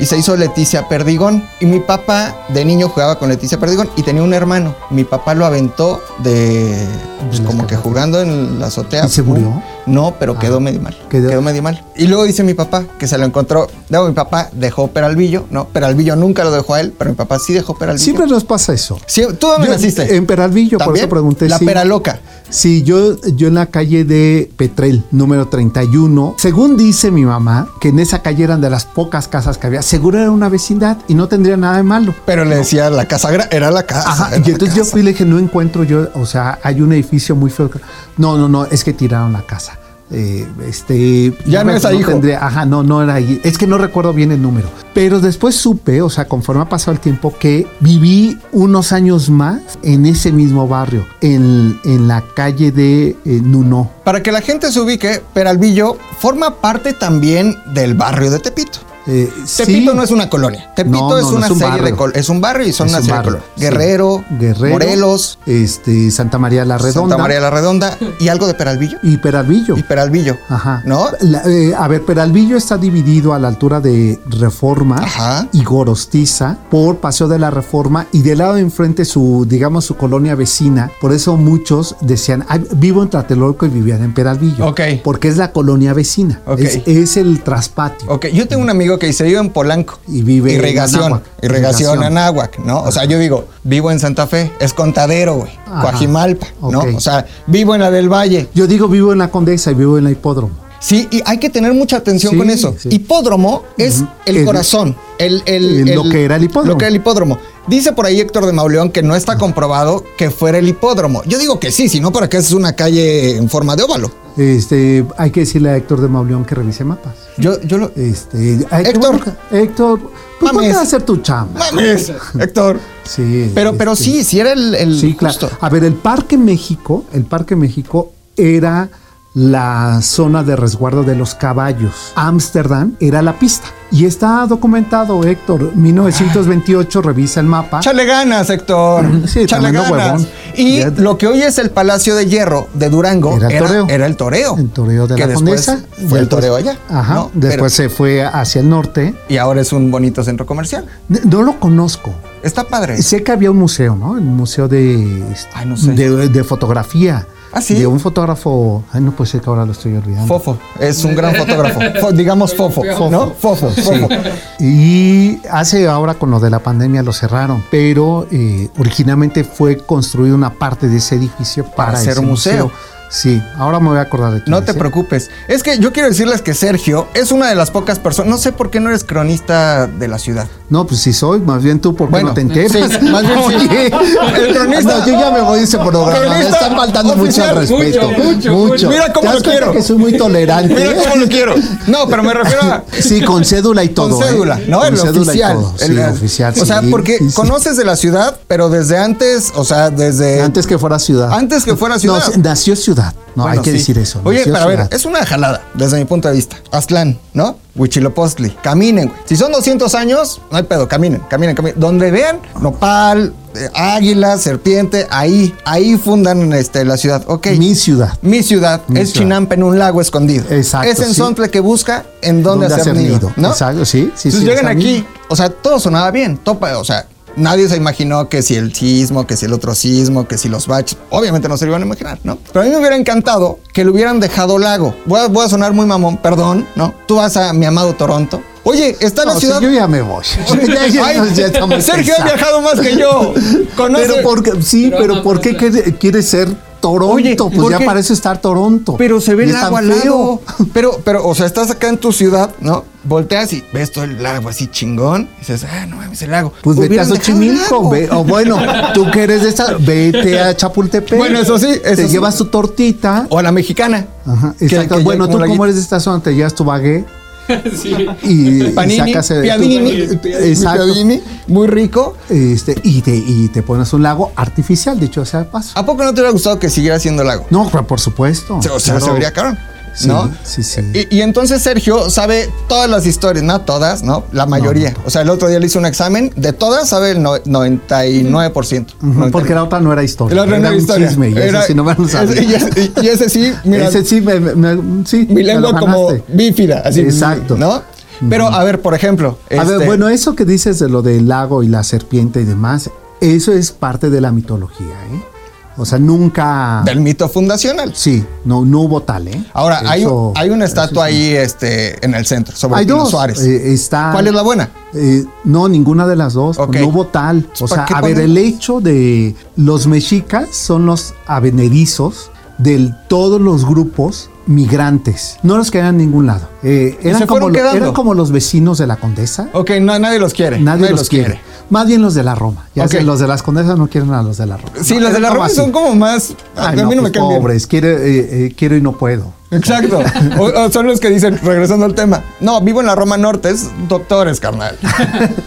Speaker 2: y se hizo Leticia Perdigón. Y mi papá de niño jugaba con Leticia Perdigón y tenía un hermano. Mi papá lo aventó de. pues,
Speaker 3: De la
Speaker 2: como que
Speaker 3: escalera.
Speaker 2: jugando en la azotea.
Speaker 3: ¿Y se
Speaker 2: ¡pum!
Speaker 3: murió? Ah.
Speaker 2: No, pero quedó medio mal. Quedó.
Speaker 3: Quedó-
Speaker 2: medio mal. Y luego dice mi papá que se lo encontró. No, mi papá dejó Peralvillo. No, Peralvillo nunca lo dejó a él, pero mi papá sí dejó Peralvillo.
Speaker 3: Siempre nos pasa eso.
Speaker 2: Sí, ¿Tú dónde
Speaker 3: Yo-
Speaker 2: naciste?
Speaker 3: En Peralvillo, por
Speaker 2: ¿También?
Speaker 3: eso pregunté.
Speaker 2: La
Speaker 3: sí.
Speaker 2: Peraloca.
Speaker 3: Sí, yo, yo en la calle de Petrel, número 31. Según dice mi mamá, que en esa calle eran de las pocas casas que había. Seguro era una vecindad y no tendría nada de malo.
Speaker 2: Pero le decía la casa, gra- era la casa.
Speaker 3: Ajá,
Speaker 2: era
Speaker 3: y
Speaker 2: la
Speaker 3: entonces yo
Speaker 2: casa.
Speaker 3: fui y le dije, no encuentro yo, o sea, hay un edificio muy feo. que- No, no, no, es que tiraron la casa. Eh, este,
Speaker 2: Ya no
Speaker 3: me-
Speaker 2: es ahí, hijo.
Speaker 3: tendría- ajá, no, no era ahí. Es que no recuerdo bien el número. Pero después supe, o sea, conforme ha pasado el tiempo, que viví unos años más en ese mismo barrio, en, en la calle de eh, Nuno.
Speaker 2: Para que la gente se ubique, Peralvillo forma parte también del barrio de Tepito.
Speaker 3: Eh, sí.
Speaker 2: Tepito no es una colonia. Tepito
Speaker 3: No, no,
Speaker 2: es
Speaker 3: no,
Speaker 2: una
Speaker 3: es un
Speaker 2: serie de
Speaker 3: barrio.
Speaker 2: col- es un barrio y son
Speaker 3: Es
Speaker 2: una
Speaker 3: un
Speaker 2: serie
Speaker 3: barrio,
Speaker 2: de colonias.
Speaker 3: sí.
Speaker 2: Guerrero,
Speaker 3: Guerrero,
Speaker 2: Morelos,
Speaker 3: Este, Santa María la Redonda.
Speaker 2: Santa María la Redonda y algo de Peralvillo.
Speaker 3: Y Peralvillo.
Speaker 2: Y Peralvillo.
Speaker 3: Ajá.
Speaker 2: ¿No?
Speaker 3: La- eh, a ver, Peralvillo está dividido a la altura de Reforma
Speaker 2: Ajá.
Speaker 3: y Gorostiza por Paseo de la Reforma y del lado de enfrente su, digamos, su colonia vecina. Por eso muchos decían, "Ay, vivo en Tlatelolco y vivían en Peralvillo.
Speaker 2: Ok.
Speaker 3: Porque es la colonia vecina.
Speaker 2: Ok.
Speaker 3: Es, es el traspatio.
Speaker 2: Ok, yo tengo un amigo que dice, vivo en Polanco.
Speaker 3: Y vive en
Speaker 2: Irrigación.
Speaker 3: Anáhuac.
Speaker 2: Irrigación
Speaker 3: Irrigación.
Speaker 2: Anáhuac, ¿no? O sea, yo digo, vivo en Santa Fe, es Contadero, güey.
Speaker 3: Ajá.
Speaker 2: Coajimalpa, ¿no?
Speaker 3: Ok.
Speaker 2: O sea, vivo en la del Valle.
Speaker 3: Yo digo, vivo en la Condesa y vivo en la Hipódromo.
Speaker 2: Sí, y hay que tener mucha atención
Speaker 3: Sí,
Speaker 2: con eso.
Speaker 3: sí.
Speaker 2: Hipódromo es
Speaker 3: Ujú.
Speaker 2: el
Speaker 3: El-
Speaker 2: corazón, el, el-
Speaker 3: Eh, lo
Speaker 2: el-
Speaker 3: que era el hipódromo.
Speaker 2: Lo que era el hipódromo. Dice por ahí Héctor de Mauleón que no está comprobado que fuera el hipódromo. Yo digo que sí, sino para que es una calle en forma de óvalo.
Speaker 3: Este, hay que decirle a Héctor de Mauleón que revise mapas.
Speaker 2: Yo, yo lo.
Speaker 3: Este, ay, qué
Speaker 2: Héctor.
Speaker 3: bueno que- Héctor, pues
Speaker 2: Mames.
Speaker 3: ponte a hacer tu chamba.
Speaker 2: ¡Mames! Héctor.
Speaker 3: Sí.
Speaker 2: Pero, pero
Speaker 3: este,
Speaker 2: sí, sí era el, el
Speaker 3: Sí, claro.
Speaker 2: justo.
Speaker 3: A ver, el Parque México, el Parque México era la zona de resguardo de los caballos. Ámsterdam era la pista. Y está documentado, Héctor, 1928, revisa el mapa.
Speaker 2: Chale ganas, Héctor.
Speaker 3: Sí,
Speaker 2: Chale
Speaker 3: tremendo
Speaker 2: ganas.
Speaker 3: huevón.
Speaker 2: Y
Speaker 3: Ya-
Speaker 2: lo que hoy es el Palacio de Hierro de Durango
Speaker 3: Era el toreo.
Speaker 2: era el toreo.
Speaker 3: El toreo de
Speaker 2: que
Speaker 3: la
Speaker 2: después
Speaker 3: Condesa.
Speaker 2: Fue el
Speaker 3: Después-
Speaker 2: toreo allá.
Speaker 3: Ajá.
Speaker 2: ¿no? Pero-
Speaker 3: Después se fue hacia el norte.
Speaker 2: y ahora es un bonito centro comercial.
Speaker 3: No lo conozco.
Speaker 2: Está padre.
Speaker 3: Sé que había un museo, ¿no? El museo de,
Speaker 2: Ay, no sé.
Speaker 3: de, de fotografía.
Speaker 2: Ah, ¿sí?
Speaker 3: De un fotógrafo. Ay, no puede ser que ahora lo estoy olvidando.
Speaker 2: Fofo, es un gran fotógrafo. Fo- digamos Fofo,
Speaker 4: Fofo.
Speaker 2: ¿no? Fofo, Fofo.
Speaker 3: Y hace ahora con lo de la pandemia lo cerraron, pero eh, originalmente fue construida una parte de ese edificio para,
Speaker 2: hacer
Speaker 3: ese
Speaker 2: un museo.
Speaker 3: Sí, ahora me voy a acordar de quién
Speaker 2: No
Speaker 3: es,
Speaker 2: te
Speaker 3: ¿eh?
Speaker 2: preocupes. Es que yo quiero decirles que Sergio es una de las pocas personas. No sé por qué no eres cronista de la ciudad.
Speaker 3: No, pues sí soy, más bien tú, porque
Speaker 2: Bueno,
Speaker 3: no te enteras?
Speaker 2: sí, más bien sí.
Speaker 3: Oye.
Speaker 2: El cronista-
Speaker 3: No, yo ya me voy a ese programa, me
Speaker 2: Cronista
Speaker 3: están faltando mucho al
Speaker 2: oficial.
Speaker 3: respeto.
Speaker 4: Mucho, mucho, mucho.
Speaker 2: Mira cómo
Speaker 3: ¿Te das
Speaker 2: lo
Speaker 3: cuenta
Speaker 2: quiero.
Speaker 3: que soy muy tolerante. ¿eh?
Speaker 2: Mira cómo lo quiero. No, pero me refiero a.
Speaker 3: Sí, con cédula y todo.
Speaker 2: Con
Speaker 3: ¿eh?
Speaker 2: cédula, ¿no?
Speaker 3: Con
Speaker 2: el
Speaker 3: cédula y
Speaker 2: oficial.
Speaker 3: todo,
Speaker 2: el-
Speaker 3: sí, oficial.
Speaker 2: O sea,
Speaker 3: sí,
Speaker 2: porque
Speaker 3: sí, sí.
Speaker 2: conoces de la ciudad, pero desde antes, o sea, desde.
Speaker 3: Antes que fuera ciudad.
Speaker 2: Antes que fuera ciudad.
Speaker 3: No, nació ciudad. No,
Speaker 2: Bueno,
Speaker 3: hay que
Speaker 2: sí.
Speaker 3: decir eso.
Speaker 2: Oye,
Speaker 3: nació
Speaker 2: pero a ver,
Speaker 3: ciudad.
Speaker 2: es una jalada, desde mi punto de vista. Aztlán, ¿no? Huichilopostli. Caminen, güey. Si son 200 años, no hay pedo, caminen, caminen, caminen. Donde vean, nopal, eh, águila, serpiente, ahí, ahí fundan este, la ciudad. Ok.
Speaker 3: mi ciudad.
Speaker 2: Mi ciudad
Speaker 3: Mi
Speaker 2: es
Speaker 3: ciudad.
Speaker 2: Chinampa en un lago escondido.
Speaker 3: Exacto,
Speaker 2: Es en
Speaker 3: sí.
Speaker 2: Sontle que busca en dónde, hacer, nido. ¿no?
Speaker 3: Exacto, sí, sí,
Speaker 2: Entonces
Speaker 3: sí,
Speaker 2: llegan
Speaker 3: está
Speaker 2: aquí,
Speaker 3: bien.
Speaker 2: o sea, todo sonaba bien, topa, o sea, nadie se imaginó que si el sismo, que si el otro sismo, que si los baches, obviamente no se lo iban a imaginar, ¿no? Pero a mí me hubiera encantado que le hubieran dejado lago. Voy a, voy a sonar muy mamón, perdón, ¿no? Tú vas a mi amado Toronto. Oye, está la
Speaker 3: No, sí,
Speaker 2: ciudad...
Speaker 3: yo ya me voy. Ya- ya-
Speaker 2: Ay,
Speaker 3: ya estamos
Speaker 2: Sergio ha
Speaker 3: cansados.
Speaker 2: viajado más que yo. Conoce-
Speaker 3: Pero porque, sí,
Speaker 4: Pero
Speaker 3: pero
Speaker 4: no,
Speaker 3: ¿por
Speaker 4: no,
Speaker 3: qué
Speaker 4: no.
Speaker 3: quiere, quiere ser Toronto?
Speaker 2: Oye, ¿por
Speaker 3: pues ya
Speaker 2: qué?
Speaker 3: parece estar Toronto.
Speaker 2: Pero se ve
Speaker 3: Y
Speaker 2: el
Speaker 3: es
Speaker 2: agua
Speaker 3: tan
Speaker 2: al
Speaker 3: feo.
Speaker 2: lado. Pero, pero, o sea, estás acá en tu ciudad, ¿no? Volteas y ves todo el lago así chingón. Y dices, ah, no mames, el lago.
Speaker 3: Pues vete a
Speaker 2: Hubieran dejado el
Speaker 3: Xochimilco,
Speaker 2: lago.
Speaker 3: ve- o bueno, tú que eres de esta, vete a Chapultepec.
Speaker 2: Bueno, eso sí, eso
Speaker 3: te
Speaker 2: sí.
Speaker 3: llevas tu tortita.
Speaker 2: O a la mexicana.
Speaker 3: Ajá,
Speaker 2: Que-
Speaker 3: exacto.
Speaker 2: que
Speaker 3: bueno,
Speaker 2: ya
Speaker 3: tú
Speaker 2: la
Speaker 3: como
Speaker 2: guita-
Speaker 3: eres de esta zona, te llevas tu bagué
Speaker 4: Sí.
Speaker 3: y, y
Speaker 2: Panini,
Speaker 3: sacas el-
Speaker 2: piadini,
Speaker 3: tu-
Speaker 2: piadini,
Speaker 3: Exacto.
Speaker 2: piadini, muy rico.
Speaker 3: Este, y, te, y te pones un lago artificial, dicho sea de paso.
Speaker 2: ¿A poco no te hubiera gustado que siguiera siendo lago?
Speaker 3: No, pero por supuesto.
Speaker 2: Se- O sea,
Speaker 3: claro.
Speaker 2: se vería cabrón.
Speaker 3: Sí,
Speaker 2: ¿No?
Speaker 3: sí, sí.
Speaker 2: Y, y entonces Sergio sabe todas las historias, no todas, ¿no? La mayoría. O sea, el otro día le hice un examen, de todas sabe el no- 99%.
Speaker 3: Ujú,
Speaker 2: 99%.
Speaker 3: Porque la otra no era historia.
Speaker 2: El otro
Speaker 3: era
Speaker 2: no
Speaker 3: un
Speaker 2: historia.
Speaker 3: chisme. Y
Speaker 2: Era-
Speaker 3: ese sí no me lo sabía.
Speaker 2: y ese- y ese sí, mira,
Speaker 3: Ese sí, me, me- me- sí,
Speaker 2: mi
Speaker 3: me lo
Speaker 2: lengua como
Speaker 3: ganaste.
Speaker 2: bífida, así.
Speaker 3: Exacto.
Speaker 2: ¿No? Pero, a ver, por ejemplo.
Speaker 3: A ver,
Speaker 2: este,
Speaker 3: bueno, eso que dices de lo del lago y la serpiente y demás, eso es parte de la mitología, ¿eh? O sea, nunca...
Speaker 2: Del mito fundacional.
Speaker 3: Sí, no, no hubo tal, ¿eh?
Speaker 2: Ahora, hay,
Speaker 3: Eso-
Speaker 2: hay una
Speaker 3: eso
Speaker 2: estatua
Speaker 3: sí.
Speaker 2: ahí este, en el centro, sobre
Speaker 3: Hay
Speaker 2: Pino
Speaker 3: dos.
Speaker 2: Suárez.
Speaker 3: eh, está,
Speaker 2: ¿Cuál es la buena?
Speaker 3: Eh, no, ninguna de las dos.
Speaker 2: Ok.
Speaker 3: No hubo tal. O
Speaker 2: ¿Para
Speaker 3: sea,
Speaker 2: qué
Speaker 3: a ver,
Speaker 2: ponen?
Speaker 3: el hecho de los mexicas son los avenedizos de todos los grupos migrantes. No los quedan en ningún lado. Eh, eran,
Speaker 2: se
Speaker 3: como,
Speaker 2: fueron
Speaker 3: lo-
Speaker 2: quedando?
Speaker 3: eran como los vecinos de la condesa.
Speaker 2: Ok, no, nadie los quiere.
Speaker 3: Nadie, los, quiere. Más bien los de la Roma. Ya
Speaker 2: Ok.
Speaker 3: sé, los de las condesas no quieren a los de la Roma.
Speaker 2: Sí,
Speaker 3: No,
Speaker 2: los de
Speaker 3: eran
Speaker 2: la Roma
Speaker 3: así.
Speaker 2: son como más. a
Speaker 3: Ay,
Speaker 2: mí no,
Speaker 3: no,
Speaker 2: me
Speaker 3: pues,
Speaker 2: caen bien.
Speaker 3: pobres, quiero, eh, eh, quiero y no puedo.
Speaker 2: Exacto. O, o son los que dicen, regresando al tema, no, vivo en la Roma Norte, es doctores, carnal.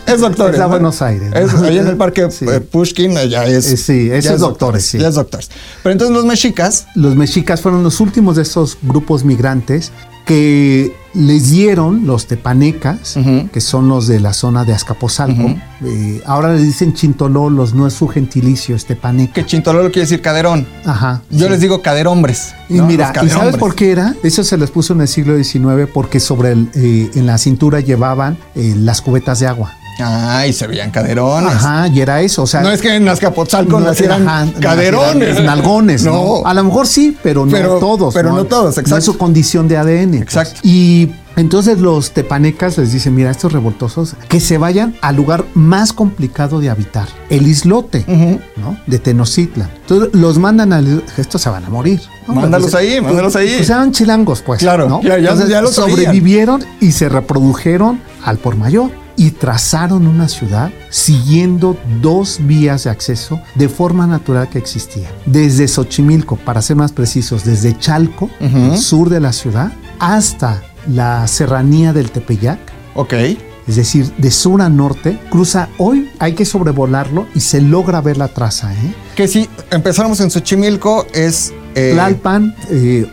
Speaker 2: Es doctores.
Speaker 3: Es a
Speaker 2: ¿no?
Speaker 3: Buenos Aires, ¿no?
Speaker 2: Es, ahí en el parque
Speaker 3: Sí.
Speaker 2: eh, Pushkin, eh, ya es.
Speaker 3: Eh, sí, eso
Speaker 2: ya
Speaker 3: es doctores, sí.
Speaker 2: Ya es doctores. Pero entonces los mexicas,
Speaker 3: los mexicas fueron los últimos de esos grupos migrantes que les dieron los tepanecas,
Speaker 2: Ujú.
Speaker 3: que son los de la zona de Azcapotzalco.
Speaker 2: Ujú.
Speaker 3: Eh, ahora les dicen chintololos, no es su gentilicio, es tepaneca.
Speaker 2: Que chintololo quiere decir caderón.
Speaker 3: Ajá.
Speaker 2: Yo
Speaker 3: sí.
Speaker 2: les digo caderombres.
Speaker 3: Y
Speaker 2: ¿no?
Speaker 3: mira,
Speaker 2: Los
Speaker 3: ¿y sabes
Speaker 2: caderombres.
Speaker 3: por qué era? Eso se les puso en el siglo XIX porque sobre el, eh, en la cintura llevaban eh, las cubetas de agua.
Speaker 2: Ah, y se veían caderones.
Speaker 3: Ajá, y era eso. O sea,
Speaker 2: No es que en Azcapotzalco
Speaker 3: no,
Speaker 2: nacieran
Speaker 3: ajá, nacieran
Speaker 2: caderones.
Speaker 3: nalgones, ¿no?
Speaker 2: No.
Speaker 3: A lo mejor sí, pero no
Speaker 2: Pero-
Speaker 3: todos.
Speaker 2: pero no todos,
Speaker 3: es
Speaker 2: exacto.
Speaker 3: su condición de ADN. pues.
Speaker 2: Exacto.
Speaker 3: Y entonces los tepanecas les dicen, mira, estos revoltosos, que se vayan al lugar más complicado de habitar, el islote,
Speaker 2: Ujú.
Speaker 3: ¿no? De Tenocitlan. Entonces los mandan al... Estos se van a morir. ¿no?
Speaker 2: Mándalos
Speaker 3: Entonces,
Speaker 2: ahí, mándalos ahí.
Speaker 3: Pues eran chilangos, pues.
Speaker 2: Claro,
Speaker 3: ¿no?
Speaker 2: ya- ya-
Speaker 3: Entonces,
Speaker 2: ya los sabían.
Speaker 3: sobrevivieron y se reprodujeron al por mayor y trazaron una ciudad siguiendo dos vías de acceso de forma natural que existía. Desde Xochimilco, para ser más precisos, desde Chalco,
Speaker 2: Ujú.
Speaker 3: el sur de la ciudad, hasta la serranía del Tepeyac.
Speaker 2: Ok.
Speaker 3: Es decir, de sur a norte, cruza hoy, hay que sobrevolarlo y se logra ver la traza. ¿eh?
Speaker 2: Que si empezáramos en Xochimilco es... eh,
Speaker 3: Tlalpan, eh,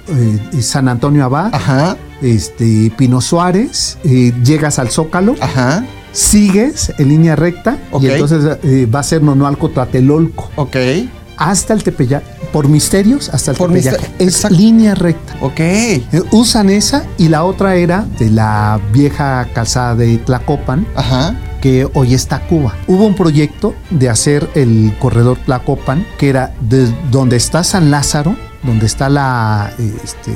Speaker 3: eh, San Antonio Abad,
Speaker 2: Ajá,
Speaker 3: este, Pino Suárez, eh, llegas al Zócalo,
Speaker 2: ajá,
Speaker 3: sigues en línea recta
Speaker 2: Ok.
Speaker 3: y entonces eh, va a ser Nonualco Tlatelolco
Speaker 2: ok,
Speaker 3: hasta el Tepeyac, por misterios hasta el
Speaker 2: Por
Speaker 3: Tepeyac.
Speaker 2: mister-
Speaker 3: Es
Speaker 2: exacto.
Speaker 3: línea recta.
Speaker 2: ok.
Speaker 3: Eh, Usan esa y la otra era de la vieja calzada de Tlacopan,
Speaker 2: Ajá,
Speaker 3: que hoy está Cuba. Hubo un proyecto de hacer el corredor Tlacopan, que era de donde está San Lázaro, donde está la, eh, este,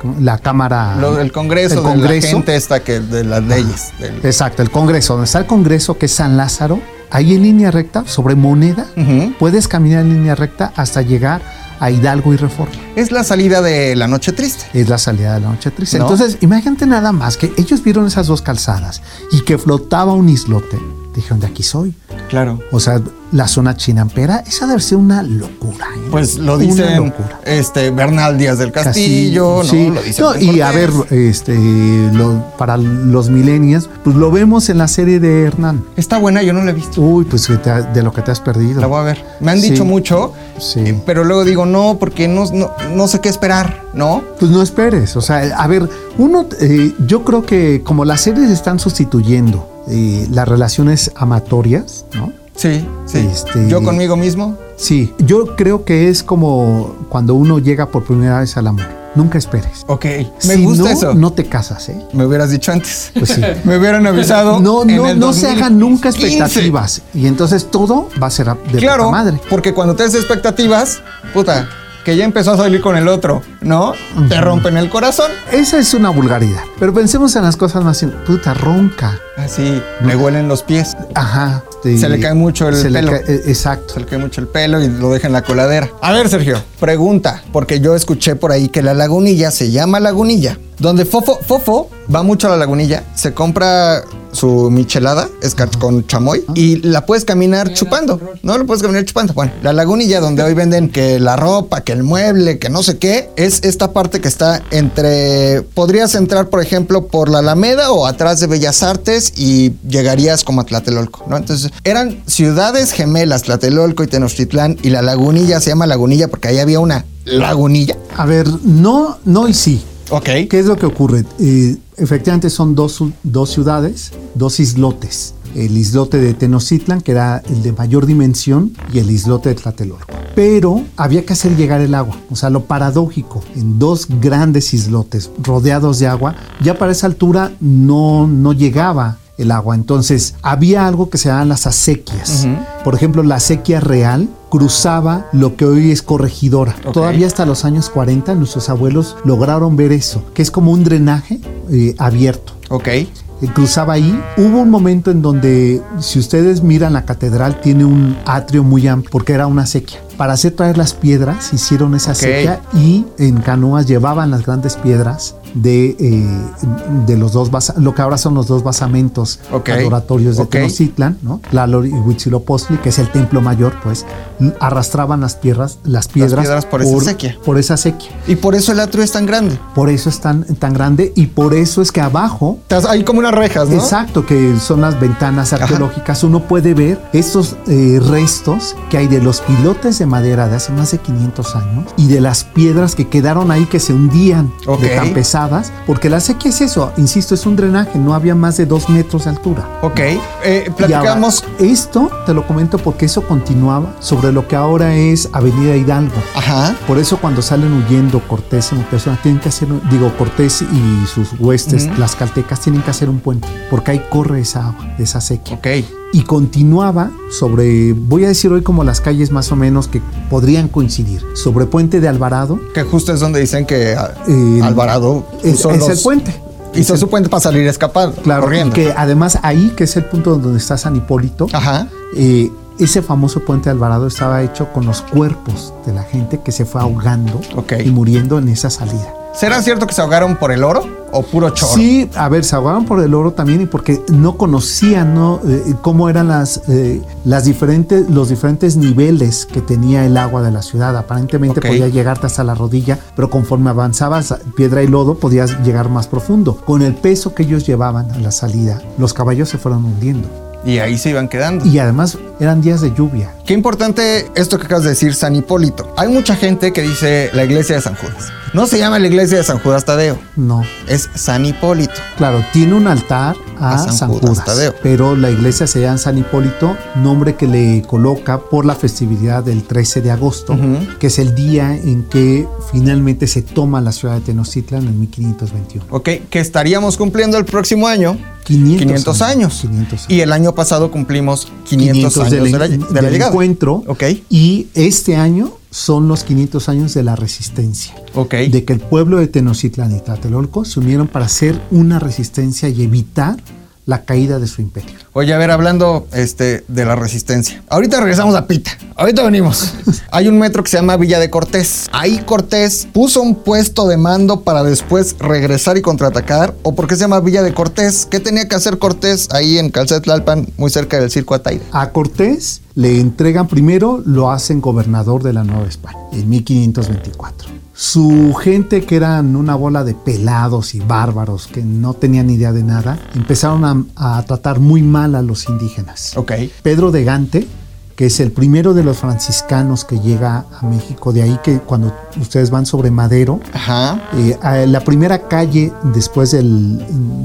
Speaker 3: ¿cómo? la cámara.
Speaker 2: Lo del congreso,
Speaker 3: el Eh,
Speaker 2: de la gente esta que de las leyes. del-
Speaker 3: Exacto, el Congreso, donde está el Congreso, que es San Lázaro, ahí en línea recta, sobre moneda,
Speaker 2: Ujú.
Speaker 3: puedes caminar en línea recta hasta llegar a Hidalgo y Reforma.
Speaker 2: Es la salida de la noche triste.
Speaker 3: Es la salida de la noche triste.
Speaker 2: ¿No?
Speaker 3: Entonces, imagínate nada más que ellos vieron esas dos calzadas y que flotaba un islote. Dijeron, de aquí soy.
Speaker 2: Claro.
Speaker 3: O sea, la zona chinampera, esa debe ser una locura. ¿eh?
Speaker 2: Pues lo
Speaker 3: Una
Speaker 2: dicen
Speaker 3: locura.
Speaker 2: este, Bernal Díaz del Castillo,
Speaker 3: Castillo,
Speaker 2: ¿no?
Speaker 3: sí.
Speaker 2: Lo dice
Speaker 3: No,
Speaker 2: Hernán
Speaker 3: y a ver,
Speaker 2: Cortés.
Speaker 3: este, lo- para los millennials, pues lo vemos en la serie de Hernán.
Speaker 2: Está buena, yo no la he visto.
Speaker 3: Uy, pues que te ha- de lo que te has perdido.
Speaker 2: La voy a ver. Me han
Speaker 3: Sí.
Speaker 2: dicho mucho,
Speaker 3: Sí.
Speaker 2: eh, pero luego digo, no, porque no, no, no sé qué esperar, ¿no?
Speaker 3: Pues no esperes. O sea, a ver, uno, eh, yo creo que como las series están sustituyendo eh, las relaciones amatorias, ¿no?
Speaker 2: Sí, sí.
Speaker 3: Este-
Speaker 2: Yo conmigo mismo,
Speaker 3: Sí, yo creo que es como cuando uno llega por primera vez al amor. Nunca esperes.
Speaker 2: ok. Oh, Me
Speaker 3: Si
Speaker 2: gusta
Speaker 3: no,
Speaker 2: eso.
Speaker 3: No te casas, ¿eh?
Speaker 2: Me hubieras dicho antes.
Speaker 3: Pues sí.
Speaker 2: Me hubieran avisado.
Speaker 3: No,
Speaker 2: en
Speaker 3: no,
Speaker 2: el
Speaker 3: no se hagan nunca
Speaker 2: 2015.
Speaker 3: expectativas. Y entonces todo va a ser a- de
Speaker 2: claro,
Speaker 3: puta madre.
Speaker 2: porque cuando te haces expectativas, puta, que ya empezó a salir con el otro, ¿no? Te rompen el corazón.
Speaker 3: Esa es una vulgaridad. Pero pensemos en las cosas más. sin- Puta, ronca.
Speaker 2: Así, me huelen los pies.
Speaker 3: Ajá.
Speaker 2: Se
Speaker 3: eh,
Speaker 2: le cae mucho el
Speaker 3: se le
Speaker 2: pelo.
Speaker 3: cae- eh, exacto.
Speaker 2: Se le cae mucho el pelo y lo deja en la coladera. A ver, Sergio, pregunta, porque yo escuché por ahí que la lagunilla se llama lagunilla. Donde Fofo, Fofo va mucho a la lagunilla, se compra su michelada es car- con chamoy y la puedes caminar chupando. No lo puedes caminar chupando. Bueno, la lagunilla donde hoy venden que la ropa, que el mueble, que no sé qué, es esta parte que está entre... Podrías entrar, por ejemplo, por la Alameda o atrás de Bellas Artes y llegarías como a Tlatelolco, ¿no? Entonces, eran ciudades gemelas, Tlatelolco y Tenochtitlán, y la lagunilla se llama lagunilla porque ahí había una lagunilla.
Speaker 3: A ver, no, no y sí.
Speaker 2: Ok.
Speaker 3: ¿Qué es lo que ocurre? Eh, efectivamente son dos, su- dos ciudades, dos islotes. El islote de Tenochtitlan, que era el de mayor dimensión, y el islote de Tlatelolco. Pero había que hacer llegar el agua. O sea, lo paradójico, en dos grandes islotes rodeados de agua, ya para esa altura no, no llegaba el agua. Entonces, había algo que se llamaban las acequias. Por ejemplo, la acequia real cruzaba lo que hoy es corregidora.
Speaker 2: Ok.
Speaker 3: Todavía hasta los años 40 nuestros abuelos lograron ver eso, que es como un drenaje eh, abierto.
Speaker 2: Ok.
Speaker 3: Eh, Cruzaba ahí. Hubo un momento en donde, si ustedes miran la catedral, tiene un atrio muy amplio porque era una acequia. Para hacer traer las piedras, hicieron esa
Speaker 2: Ok.
Speaker 3: acequia y en canoas llevaban las grandes piedras de, eh, de los dos, basa- lo que ahora son los dos basamentos
Speaker 2: Ok.
Speaker 3: adoratorios de
Speaker 2: Ok.
Speaker 3: Tenochtitlan, ¿no? Tlaloc y Huitzilopochtli, que es el templo mayor, pues, arrastraban las piedras, las piedras,
Speaker 2: piedras por esa acequia.
Speaker 3: Por esa acequia.
Speaker 2: Y por eso el atrio es tan grande.
Speaker 3: Por eso es tan, tan grande y por eso es que abajo
Speaker 2: Estás- Hay como unas rejas, ¿no?
Speaker 3: Exacto, que son las ventanas arqueológicas. Uno puede ver estos eh, restos que hay de los pilotes de madera de hace más de 500 años y de las piedras que quedaron ahí que se hundían
Speaker 2: Ok,
Speaker 3: de tan bajadas, porque la sequía es eso, insisto, es un drenaje, no había más de dos metros de altura.
Speaker 2: Ok, eh,
Speaker 3: Y ahora,
Speaker 2: platicamos.
Speaker 3: esto te lo comento porque eso continuaba sobre lo que ahora es Avenida Hidalgo.
Speaker 2: Ajá.
Speaker 3: Por eso cuando salen huyendo Cortés en persona, tienen que hacer, un- digo, Cortés y sus huestes,
Speaker 2: Ujú.
Speaker 3: las caltecas, tienen que hacer un puente, porque ahí corre esa agua, esa sequía.
Speaker 2: Ok.
Speaker 3: Y continuaba sobre, voy a decir hoy como las calles más o menos que podrían coincidir, sobre Puente de Alvarado.
Speaker 2: Que justo es donde dicen que ah,
Speaker 3: eh,
Speaker 2: Alvarado
Speaker 3: es,
Speaker 2: usó
Speaker 3: es
Speaker 2: los-
Speaker 3: el puente.
Speaker 2: Hizo su puente para salir a escapar.
Speaker 3: Claro,
Speaker 2: corriendo.
Speaker 3: que además ahí, que es el punto donde está San Hipólito,
Speaker 2: Ajá.
Speaker 3: eh, ese famoso puente de Alvarado estaba hecho con los cuerpos de la gente que se fue ahogando
Speaker 2: Ok.
Speaker 3: y muriendo en esa salida.
Speaker 2: ¿Será cierto que se ahogaron por el oro o puro choro?
Speaker 3: Sí, a ver, se ahogaban por el oro también y porque no conocían ¿no? Eh, cómo eran las, eh, las diferentes, los diferentes niveles que tenía el agua de la ciudad. Aparentemente
Speaker 2: Ok.
Speaker 3: podía llegarte hasta la rodilla, pero conforme avanzabas piedra y lodo podías llegar más profundo. Con el peso que ellos llevaban a la salida, los caballos se fueron hundiendo.
Speaker 2: Y ahí se iban quedando.
Speaker 3: Y además eran días de lluvia.
Speaker 2: Qué importante esto que acabas de decir, San Hipólito. Hay mucha gente que dice la iglesia de San Judas. No se llama la iglesia de San Judas Tadeo,
Speaker 3: No,
Speaker 2: es San Hipólito.
Speaker 3: Claro, tiene un altar a,
Speaker 2: A San
Speaker 3: San,
Speaker 2: Judas
Speaker 3: Judas,
Speaker 2: Tadeo.
Speaker 3: pero la iglesia se llama San Hipólito, nombre que le coloca por la festividad del 13 de agosto,
Speaker 2: Ujú.
Speaker 3: que es el día en que finalmente se toma la ciudad de Tenochtitlan en 1521.
Speaker 2: Ok, que estaríamos cumpliendo el próximo año
Speaker 3: 500,
Speaker 2: 500 años.
Speaker 3: 500 años.
Speaker 2: Y el año pasado cumplimos 500,
Speaker 3: 500
Speaker 2: años
Speaker 3: del,
Speaker 2: de la, de la
Speaker 3: del
Speaker 2: llegada.
Speaker 3: encuentro
Speaker 2: Ok,
Speaker 3: y este año son los 500 años de la resistencia.
Speaker 2: ok.
Speaker 3: de que el pueblo de Tenochtitlan y Tlatelolco se unieron para hacer una resistencia y evitar la caída de su imperio.
Speaker 2: Oye, a ver, hablando este, de la resistencia. Ahorita regresamos a Pita. Ahorita venimos. Hay un metro que se llama Villa de Cortés. Ahí Cortés puso un puesto de mando para después regresar y contraatacar. ¿O por qué se llama Villa de Cortés? ¿Qué tenía que hacer Cortés ahí en Calcetlalpan, muy cerca del circo Ataide?
Speaker 3: A Cortés le entregan primero, lo hacen gobernador de la Nueva España en 1524. Su gente, que eran una bola de pelados y bárbaros que no tenían idea de nada, empezaron a, a tratar muy mal a los indígenas.
Speaker 2: Ok.
Speaker 3: Pedro de Gante, que es el primero de los franciscanos que llega a México, de ahí que cuando ustedes van sobre Madero,
Speaker 2: Ajá.
Speaker 3: Eh, a la primera calle después del,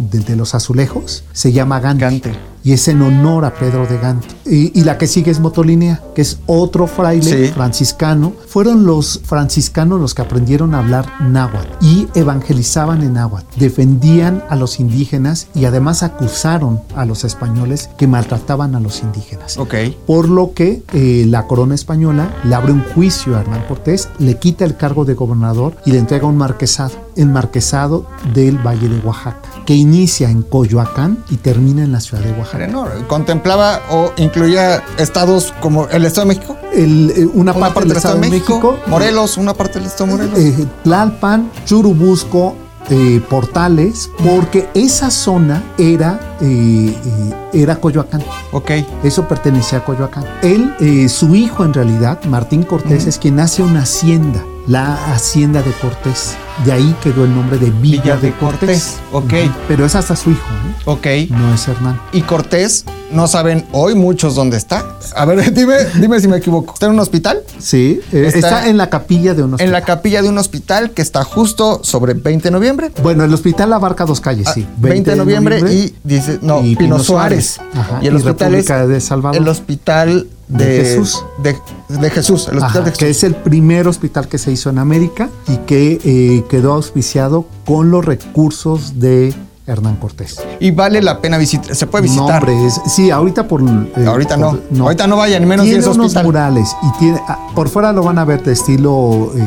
Speaker 3: de, de los azulejos se llama Gante.
Speaker 2: Gante.
Speaker 3: Y es en honor a Pedro de Gante. Y, y la que sigue es Motolinea, que es otro fraile
Speaker 2: Sí.
Speaker 3: franciscano. Fueron los franciscanos los que aprendieron a hablar náhuatl y evangelizaban en náhuatl. Defendían a los indígenas y además acusaron a los españoles que maltrataban a los indígenas.
Speaker 2: Ok.
Speaker 3: Por lo que eh, la corona española le abre un juicio a Hernán Cortés, le quita el cargo de gobernador y le entrega un marquesado, el marquesado del Valle de Oaxaca, que inicia en Coyoacán y termina en la ciudad de Oaxaca.
Speaker 2: No, contemplaba o incluía estados como el Estado de México.
Speaker 3: El, eh, una,
Speaker 2: Una parte del Estado de México,
Speaker 3: Morelos.
Speaker 2: Morelos, una parte del Estado de Morelos.
Speaker 3: eh, Tlalpan, Churubusco, eh, Portales, porque esa zona era, eh, eh, era Coyoacán.
Speaker 2: ok.
Speaker 3: Eso pertenecía a Coyoacán. Él, eh, su hijo en realidad, Martín Cortés, es quien hace una hacienda, la hacienda de Cortés. De ahí quedó el nombre de Villa,
Speaker 2: Villa de
Speaker 3: de Cortés.
Speaker 2: Cortés, ok.
Speaker 3: Ujú. Pero es hasta su hijo, ¿eh?
Speaker 2: Ok.
Speaker 3: no es Hernán.
Speaker 2: y Cortés no saben hoy muchos dónde está. A ver, dime, dime si me equivoco. ¿Está en un hospital?
Speaker 3: Sí, eh,
Speaker 2: Está-
Speaker 3: está, en la capilla de un hospital.
Speaker 2: En la capilla de un hospital que está justo sobre 20 de noviembre.
Speaker 3: bueno, el hospital abarca dos calles,
Speaker 2: Ah,
Speaker 3: sí.
Speaker 2: 20, de noviembre, y dice, no,
Speaker 3: y
Speaker 2: Pino Suárez.
Speaker 3: Ajá,
Speaker 2: Y el
Speaker 3: y
Speaker 2: hospital es
Speaker 3: República de Salvador.
Speaker 2: el hospital de,
Speaker 3: De Jesús.
Speaker 2: De, de Jesús, el hospital
Speaker 3: Ajá,
Speaker 2: de
Speaker 3: que
Speaker 2: Jesús.
Speaker 3: es el primer hospital que se hizo en América y que eh, quedó auspiciado con los recursos de Hernán Cortés.
Speaker 2: Y vale la pena visitar, se puede
Speaker 3: No,
Speaker 2: visitar.
Speaker 3: hombre, es- sí, ahorita por. eh,
Speaker 2: Ahorita no.
Speaker 3: por-
Speaker 2: Ahorita no vayan, menos si
Speaker 3: tiene
Speaker 2: es
Speaker 3: unos
Speaker 2: hospital.
Speaker 3: murales y tiene. ah, por fuera lo van a ver de estilo eh,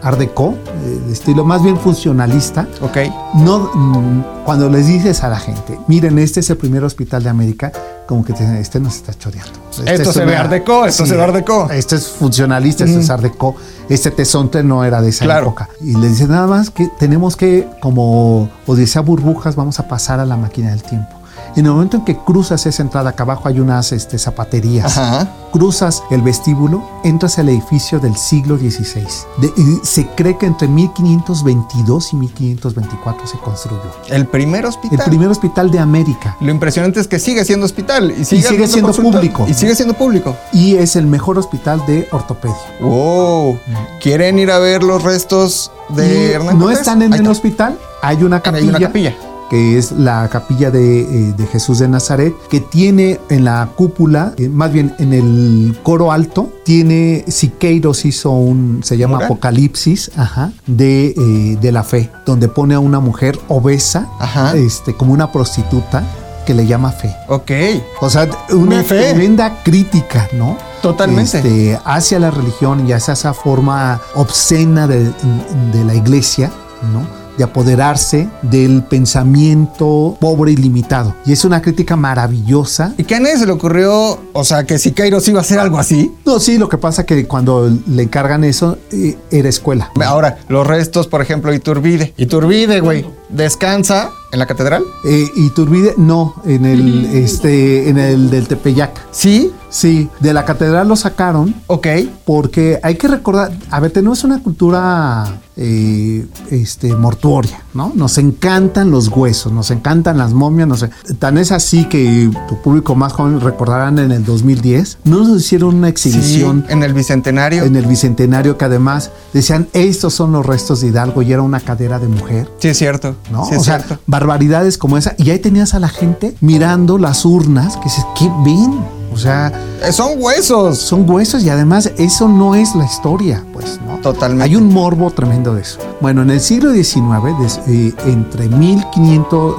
Speaker 3: Art Deco, eh, de estilo más bien funcionalista.
Speaker 2: ok.
Speaker 3: No, mm, cuando les dices a la gente, miren, este es el primer hospital de América, como que te dicen, este nos está choreando. Este
Speaker 2: Esto
Speaker 3: es
Speaker 2: se ve
Speaker 3: una-
Speaker 2: Art Deco, esto se ve Art Deco.
Speaker 3: Este es funcionalista, este es Art Deco, este tesonte no era de esa
Speaker 2: Claro.
Speaker 3: época. Y les dicen nada más que tenemos que, como Odisea Burbujas, vamos a pasar a la máquina del tiempo. En el momento en que cruzas esa entrada, acá abajo hay unas este, zapaterías.
Speaker 2: Ajá.
Speaker 3: Cruzas el vestíbulo, entras al edificio del siglo XVI. De- y se cree que entre 1522 y 1524 se construyó.
Speaker 2: El primer
Speaker 3: El
Speaker 2: hospital.
Speaker 3: primer hospital de América.
Speaker 2: Lo impresionante es que sigue siendo hospital y sigue,
Speaker 3: sigue
Speaker 2: habiendo
Speaker 3: siendo
Speaker 2: consultorio.
Speaker 3: público.
Speaker 2: Y sigue siendo público.
Speaker 3: Y es el mejor hospital de ortopedia.
Speaker 2: Wow. ¿Quieren ir a ver los restos de
Speaker 3: Y
Speaker 2: Hernán
Speaker 3: no
Speaker 2: Cortés?
Speaker 3: están en
Speaker 2: Ahí
Speaker 3: el
Speaker 2: está.
Speaker 3: hospital, hay una
Speaker 2: Ahí
Speaker 3: capilla.
Speaker 2: hay una capilla.
Speaker 3: que es la capilla de, eh, de Jesús de Nazaret, que tiene en la cúpula, eh, más bien en el coro alto, tiene, Siqueiros hizo un, se llama
Speaker 2: ¿Mural?
Speaker 3: Apocalipsis, ajá, de, eh, de la fe, donde pone a una mujer obesa,
Speaker 2: Ajá.
Speaker 3: este, como una prostituta, que le llama fe.
Speaker 2: Ok.
Speaker 3: O sea, una
Speaker 2: Mi fe.
Speaker 3: tremenda crítica, ¿no?
Speaker 2: Totalmente.
Speaker 3: Este, hacia la religión y hacia esa forma obscena de, de la iglesia, ¿no? De apoderarse del pensamiento pobre y limitado. Y es una crítica maravillosa.
Speaker 2: ¿Y qué a nadie se le ocurrió? O sea, que si Kairos iba a hacer algo así.
Speaker 3: No, sí, lo que pasa que cuando le encargan eso, eh, era escuela.
Speaker 2: Ahora, los restos, por ejemplo, Iturbide. Iturbide, güey. Descansa en la catedral.
Speaker 3: Eh, Iturbide, no, en el, este, en el del Tepeyac.
Speaker 2: Sí.
Speaker 3: Sí, de la catedral lo sacaron
Speaker 2: Ok.
Speaker 3: Porque hay que recordar, a ver, tenemos una cultura eh, este, mortuoria, ¿no? Nos encantan los huesos, nos encantan las momias, no sé. Tan es así que tu público más joven recordarán en el 2010, no nos hicieron una exhibición
Speaker 2: Sí, en el bicentenario.
Speaker 3: en el Bicentenario que además decían, estos son los restos de Hidalgo y era una cadera de mujer.
Speaker 2: Sí, es cierto.
Speaker 3: ¿no?
Speaker 2: Sí, es
Speaker 3: o sea,
Speaker 2: cierto.
Speaker 3: barbaridades como esa. Y ahí tenías a la gente mirando las urnas, que dices, ¿qué ven? O sea,
Speaker 2: Eh, Son huesos.
Speaker 3: son huesos y además eso no es la historia, pues, ¿no?
Speaker 2: Totalmente.
Speaker 3: Hay un morbo tremendo de eso. Bueno, en el siglo XIX, des- eh, entre 1500,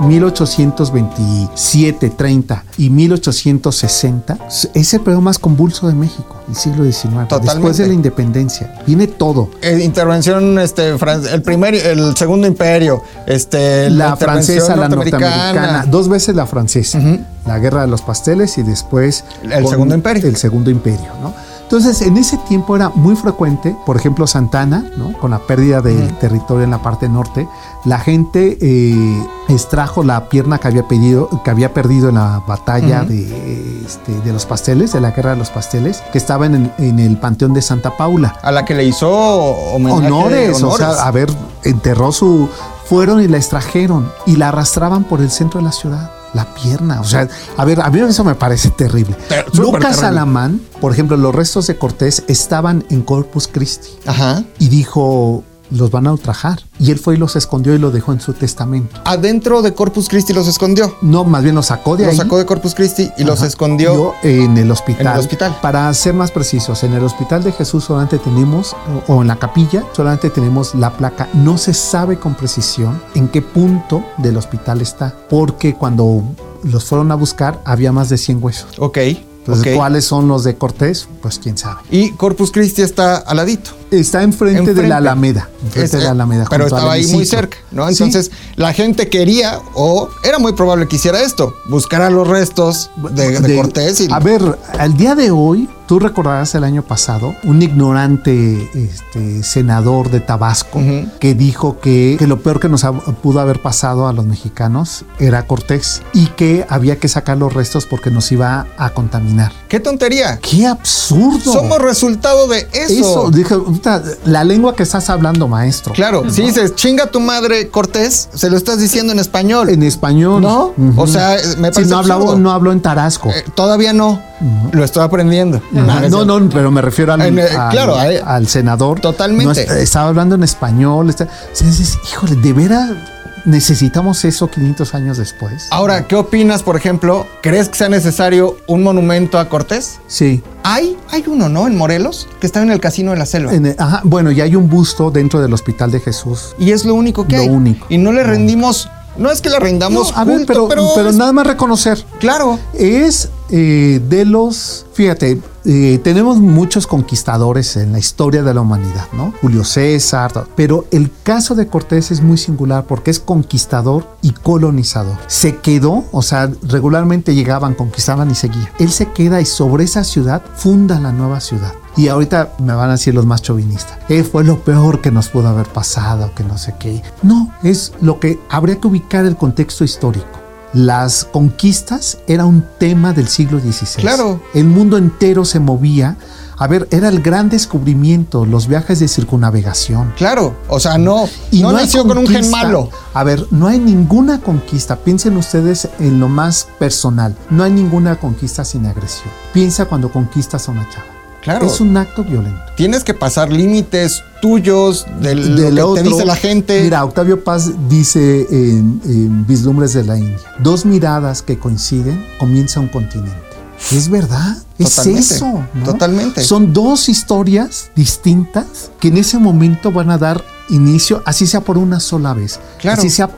Speaker 3: 1827, 30 y 1860, s- es el periodo más convulso de México, el siglo XIX. Después
Speaker 2: Totalmente.
Speaker 3: de la independencia, viene todo.
Speaker 2: Eh, intervención, este, fran- el primer, el segundo imperio, este,
Speaker 3: la
Speaker 2: intervención
Speaker 3: francesa, la norteamericana, dos veces la francesa, la guerra de los pasteles y después
Speaker 2: El Segundo Imperio.
Speaker 3: El segundo imperio, ¿no? Entonces, en ese tiempo era muy frecuente, por ejemplo, Santana, ¿no? con la pérdida del territorio en la parte norte, la gente eh, extrajo la pierna que había, pedido, que había perdido en la batalla de, este, de los pasteles, de la guerra de los pasteles, que estaba en el- en el panteón de Santa Paula
Speaker 2: a la que le hizo homenaje de
Speaker 3: honores, o
Speaker 2: honores.
Speaker 3: sea, a ver, enterró su... Fueron y la extrajeron y la arrastraban por el centro de la ciudad. La pierna, o sea, a ver, a mí eso me parece terrible.
Speaker 2: Ter- súper terrible.
Speaker 3: Lucas Alamán, por ejemplo, los restos de Cortés estaban en Corpus Christi
Speaker 2: Ajá.
Speaker 3: y dijo, los van a ultrajar. Y él fue y los escondió y lo dejó en su testamento.
Speaker 2: Adentro de Corpus Christi los escondió.
Speaker 3: No, más bien los sacó de
Speaker 2: Los
Speaker 3: ahí.
Speaker 2: sacó de Corpus Christi y los
Speaker 3: Ajá.
Speaker 2: escondió.
Speaker 3: Yo, Ah, en el hospital.
Speaker 2: En el hospital.
Speaker 3: Para ser más precisos, en el hospital de Jesús solamente tenemos, o o en la capilla, solamente tenemos la placa. No se sabe con precisión en qué punto del hospital está, porque cuando los fueron a buscar había más de 100 huesos.
Speaker 2: Ok.
Speaker 3: Entonces,
Speaker 2: ok.
Speaker 3: ¿cuáles son los de Cortés? Pues quién sabe.
Speaker 2: Y Corpus Christi está al ladito.
Speaker 3: Está enfrente, de
Speaker 2: Enfrente.
Speaker 3: la Alameda. Enfrente
Speaker 2: Es- eh,
Speaker 3: de la Alameda.
Speaker 2: Pero
Speaker 3: junto al
Speaker 2: estaba ahí muy
Speaker 3: hemiciclo.
Speaker 2: cerca, ¿no?
Speaker 3: Sí.
Speaker 2: Entonces la gente quería, o era muy probable que hiciera esto, buscar a los restos de, de
Speaker 3: de-
Speaker 2: Cortés y
Speaker 3: A ver, al día de hoy, tú recordarás el año pasado, un ignorante este, senador de Tabasco
Speaker 2: Ujú.
Speaker 3: que dijo que, que lo peor que nos ha- pudo haber pasado a los mexicanos era Cortés y que había que sacar los restos porque nos iba a contaminar.
Speaker 2: qué tontería.
Speaker 3: ¡Qué absurdo!
Speaker 2: Somos resultado de eso.
Speaker 3: eso, dije, puta, la lengua que estás hablando, maestro.
Speaker 2: Claro, si dices chinga tu madre Cortés, se lo estás diciendo en español.
Speaker 3: En español.
Speaker 2: ¿No?
Speaker 3: Ujú.
Speaker 2: O sea, eh, me
Speaker 3: Sí,
Speaker 2: parece
Speaker 3: no habló,
Speaker 2: absurdo.
Speaker 3: no habló en Tarasco.
Speaker 2: Eh, todavía no. Lo estoy aprendiendo.
Speaker 3: Ah, No, no, pero me refiero al,
Speaker 2: En, eh,
Speaker 3: al-
Speaker 2: claro, a-
Speaker 3: al senador.
Speaker 2: Totalmente.
Speaker 3: No, est- estaba hablando en español. está- o sea, dices, híjole, ¿de veras necesitamos eso 500 años después?
Speaker 2: Ahora, ¿qué opinas, por ejemplo? ¿Crees que sea necesario un monumento a Cortés?
Speaker 3: Sí.
Speaker 2: Hay, hay uno, ¿no? En Morelos, que está en el Casino de la Selva.
Speaker 3: En el- ajá, bueno, y hay un busto dentro del Hospital de Jesús.
Speaker 2: y es lo único que
Speaker 3: Lo
Speaker 2: hay.
Speaker 3: único.
Speaker 2: Y no le rendimos. No es que le rendamos.
Speaker 3: No, a ver,
Speaker 2: culto,
Speaker 3: pero, pero
Speaker 2: es-
Speaker 3: nada más reconocer.
Speaker 2: Claro.
Speaker 3: es eh, de los, fíjate, eh, tenemos muchos conquistadores en la historia de la humanidad, ¿no? Julio César, to- pero el caso de Cortés es muy singular porque es conquistador y colonizador. Se quedó, o sea, regularmente llegaban, conquistaban y seguían. Él se queda y sobre esa ciudad funda la nueva ciudad. Y ahorita me van a decir los más chauvinistas. eh, fue lo peor que nos pudo haber pasado, que no sé qué. No, es lo que habría que ubicar el contexto histórico. Las conquistas era un tema del siglo XVI.
Speaker 2: Claro.
Speaker 3: El mundo entero se movía. A ver, era el gran descubrimiento, los viajes de circunnavegación.
Speaker 2: Claro, o sea, no,
Speaker 3: Y
Speaker 2: no,
Speaker 3: hay
Speaker 2: nació con un gen
Speaker 3: conquista.
Speaker 2: malo.
Speaker 3: A ver, no hay ninguna conquista. Piensen ustedes en lo más personal. No hay ninguna conquista sin agresión. Piensa cuando conquistas a una chava.
Speaker 2: Claro.
Speaker 3: Es un acto violento.
Speaker 2: Tienes que pasar límites tuyos, de lo
Speaker 3: Del
Speaker 2: que
Speaker 3: otro.
Speaker 2: te dice la gente.
Speaker 3: Mira, Octavio Paz dice en, en Vislumbres de la India: dos miradas que coinciden comienza un continente. Y es verdad, es
Speaker 2: Totalmente,
Speaker 3: eso. ¿no?
Speaker 2: totalmente.
Speaker 3: Son dos historias distintas que en ese momento van a dar inicio, así sea por una sola vez,
Speaker 2: Claro.
Speaker 3: así sea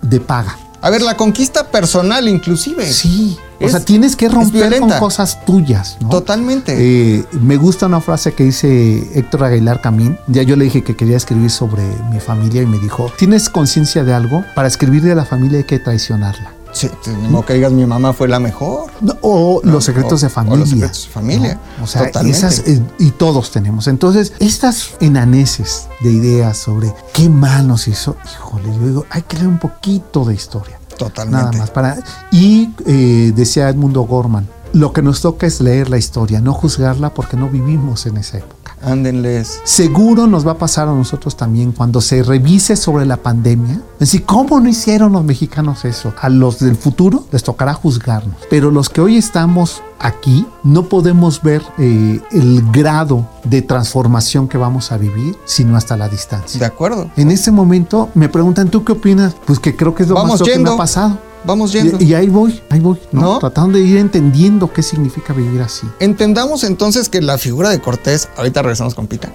Speaker 3: de paga.
Speaker 2: A ver, la conquista personal inclusive.
Speaker 3: Sí, o
Speaker 2: Es-
Speaker 3: sea, tienes que
Speaker 2: es
Speaker 3: romper con
Speaker 2: violenta.
Speaker 3: cosas tuyas. ¿no?
Speaker 2: Totalmente.
Speaker 3: Eh, me gusta una frase que dice Héctor Aguilar Camín. Ya yo le dije que quería escribir sobre mi familia y me dijo, ¿tienes conciencia de algo? Para escribir de la familia hay que traicionarla.
Speaker 2: Sí, te- no que digas mi mamá fue la mejor.
Speaker 3: No, O
Speaker 2: No,
Speaker 3: los secretos
Speaker 2: o-
Speaker 3: de familia.
Speaker 2: o los secretos de familia.
Speaker 3: O sea,
Speaker 2: Totalmente.
Speaker 3: esas, eh, y todos tenemos. Entonces, estas enaneces de ideas sobre qué mal nos hizo, híjole, yo digo, hay que leer un poquito de historia.
Speaker 2: Totalmente.
Speaker 3: Nada más. Para, y eh, decía Edmundo Gorman, lo que nos toca es leer la historia, no juzgarla porque no vivimos en esa época.
Speaker 2: Ándenles.
Speaker 3: Seguro nos va a pasar a nosotros también cuando se revise sobre la pandemia. Es decir, ¿cómo no hicieron los mexicanos eso? A los del futuro les tocará juzgarnos. Pero los que hoy estamos aquí no podemos ver eh, el grado de transformación que vamos a vivir, sino hasta la
Speaker 2: De
Speaker 3: distancia.
Speaker 2: acuerdo.
Speaker 3: En este momento me preguntan, ¿tú qué opinas? Pues que creo que es lo
Speaker 2: Vamos
Speaker 3: más lo que me
Speaker 2: yendo.
Speaker 3: ha pasado.
Speaker 2: Vamos yendo.
Speaker 3: Y, y ahí voy, ahí voy, ¿no?
Speaker 2: ¿No?
Speaker 3: Tratando de ir entendiendo qué significa vivir así.
Speaker 2: Entendamos entonces que la figura de Cortés, ahorita regresamos con Pita,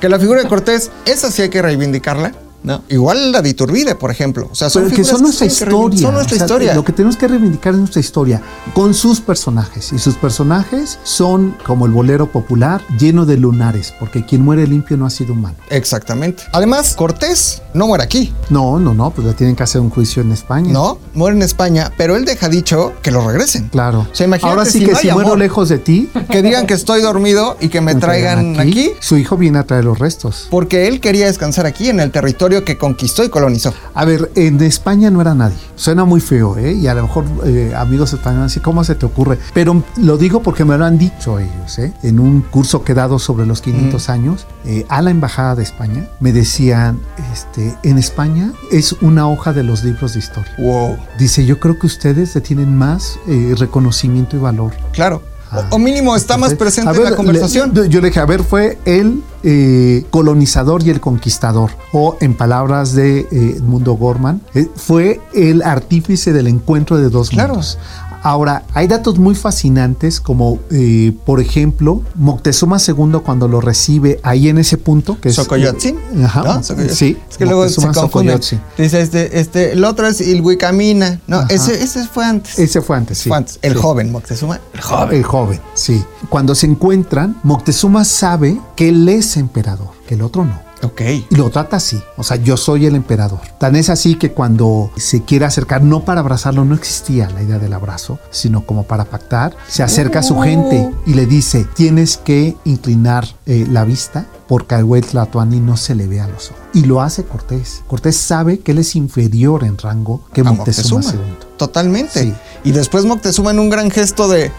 Speaker 2: que la figura de Cortés, esa sí hay que reivindicarla. ¿no? Igual la de Iturbide, por ejemplo. O sea, son
Speaker 3: Pero que
Speaker 2: figuras
Speaker 3: son nuestra
Speaker 2: sí hay que reivindicar.
Speaker 3: historia.
Speaker 2: Son nuestra
Speaker 3: o sea,
Speaker 2: historia.
Speaker 3: Lo que tenemos que reivindicar es nuestra historia con sus personajes. Y sus personajes son, como el bolero popular, lleno de lunares, porque quien muere limpio no ha sido humano.
Speaker 2: Exactamente. Además, Cortés no muere aquí,
Speaker 3: No, no, no, pues le tienen que hacer un juicio en España.
Speaker 2: ¿no? Muere en España, pero él deja dicho que lo regresen.
Speaker 3: Claro.
Speaker 2: O sea, imagínate
Speaker 3: Ahora sí
Speaker 2: si
Speaker 3: que
Speaker 2: no hay
Speaker 3: si muero
Speaker 2: amor.
Speaker 3: lejos de ti,
Speaker 2: Que digan que estoy dormido y que me traigan aquí,
Speaker 3: Su hijo viene a traer los restos.
Speaker 2: porque él quería descansar aquí en el territorio que conquistó y colonizó.
Speaker 3: A ver, en España no era nadie. Suena muy feo, ¿eh? Y a lo mejor eh, amigos españoles, así, ¿cómo se te ocurre? Pero lo digo porque me lo han dicho ellos, ¿eh? En un curso que he dado sobre los 500 años eh, a la Embajada de España, me decían, este, en España es una hoja de los libros de historia.
Speaker 2: Wow.
Speaker 3: Dice, yo creo que ustedes le tienen más eh, reconocimiento y valor.
Speaker 2: Claro. O-
Speaker 3: Ah.
Speaker 2: o mínimo está más
Speaker 3: Entonces,
Speaker 2: presente
Speaker 3: a
Speaker 2: en
Speaker 3: ver,
Speaker 2: la conversación.
Speaker 3: le- yo le dije, a ver, fue el eh, colonizador y el conquistador, o en palabras de eh, Edmundo Gorman, eh, fue el artífice del encuentro de dos
Speaker 2: Claro.
Speaker 3: mundos. Ahora, hay datos muy fascinantes como, eh, por ejemplo, Moctezuma II cuando lo recibe ahí en ese punto, que es...
Speaker 2: Socoyotzin.
Speaker 3: eh, ajá,
Speaker 2: ¿no? Socoyotzin.
Speaker 3: Sí,
Speaker 2: Es que luego se
Speaker 3: Moctezuma
Speaker 2: confunden.
Speaker 3: Xocoyotzin.
Speaker 2: Dice, este, este, el otro es Ilhuicamina. No,
Speaker 3: Ajá.
Speaker 2: ese, ese fue antes.
Speaker 3: Ese fue antes, sí.
Speaker 2: Fue antes. El
Speaker 3: Sí.
Speaker 2: joven, Moctezuma. El joven.
Speaker 3: El joven, sí. Cuando se encuentran, Moctezuma sabe que él es emperador, que el otro no.
Speaker 2: Ok.
Speaker 3: Y lo trata así, o sea, yo soy el emperador. Tan es así que cuando se quiere acercar, no para abrazarlo, no existía la idea del abrazo, sino como para pactar, se acerca a su gente y le dice, tienes que inclinar eh, la vista porque al güey Tlatoani no se le ve a los ojos. Y lo hace Cortés. Cortés sabe que él es inferior en rango que
Speaker 2: A
Speaker 3: Moctezuma,
Speaker 2: Moctezuma.
Speaker 3: II.
Speaker 2: Totalmente.
Speaker 3: Sí.
Speaker 2: Y después Moctezuma en un gran gesto de.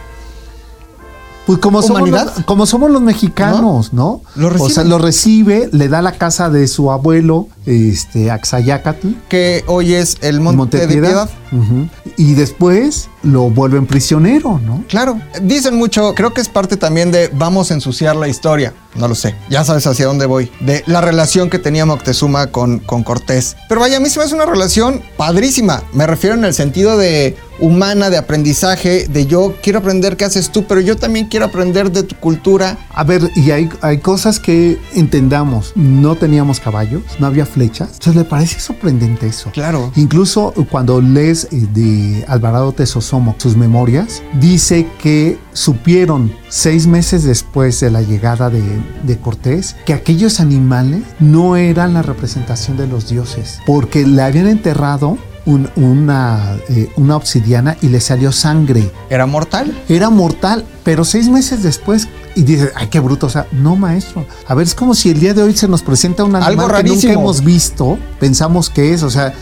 Speaker 3: Pues como somos,
Speaker 2: Humanidad.
Speaker 3: los, como somos los mexicanos, ¿no?
Speaker 2: Lo
Speaker 3: o sea,
Speaker 2: recibe.
Speaker 3: lo recibe, le da la casa de su abuelo, este, Axayacatl.
Speaker 2: que hoy es el monte,
Speaker 3: Monte
Speaker 2: de Piedad.
Speaker 3: Piedad. Ujú. Y después lo vuelven prisionero, ¿no?
Speaker 2: Claro, dicen mucho, creo que es parte también de vamos a ensuciar la historia, no lo sé, ya sabes hacia dónde voy, de la relación que tenía Moctezuma con, con Cortés. Pero vaya, a mí se me hace una relación padrísima, me refiero en el sentido de humana, de aprendizaje, de yo quiero aprender qué haces tú, pero yo también quiero aprender de tu cultura.
Speaker 3: A ver, y hay, hay cosas que entendamos. No teníamos caballos, no había flechas. Entonces le parece sorprendente eso.
Speaker 2: Claro.
Speaker 3: Incluso cuando lees eh, de Alvarado Tesosomo sus memorias, dice que supieron seis meses después de la llegada de, de Cortés que aquellos animales no eran la representación de los dioses, porque le habían enterrado un- una, eh, una obsidiana y le salió sangre
Speaker 2: Era mortal.
Speaker 3: era mortal, pero seis meses después y dice, ay, qué bruto, o sea, no, maestro. A ver, es como si el día de hoy se nos presenta un animal
Speaker 2: Algo
Speaker 3: que
Speaker 2: rarísimo.
Speaker 3: nunca hemos visto, pensamos que es, o sea,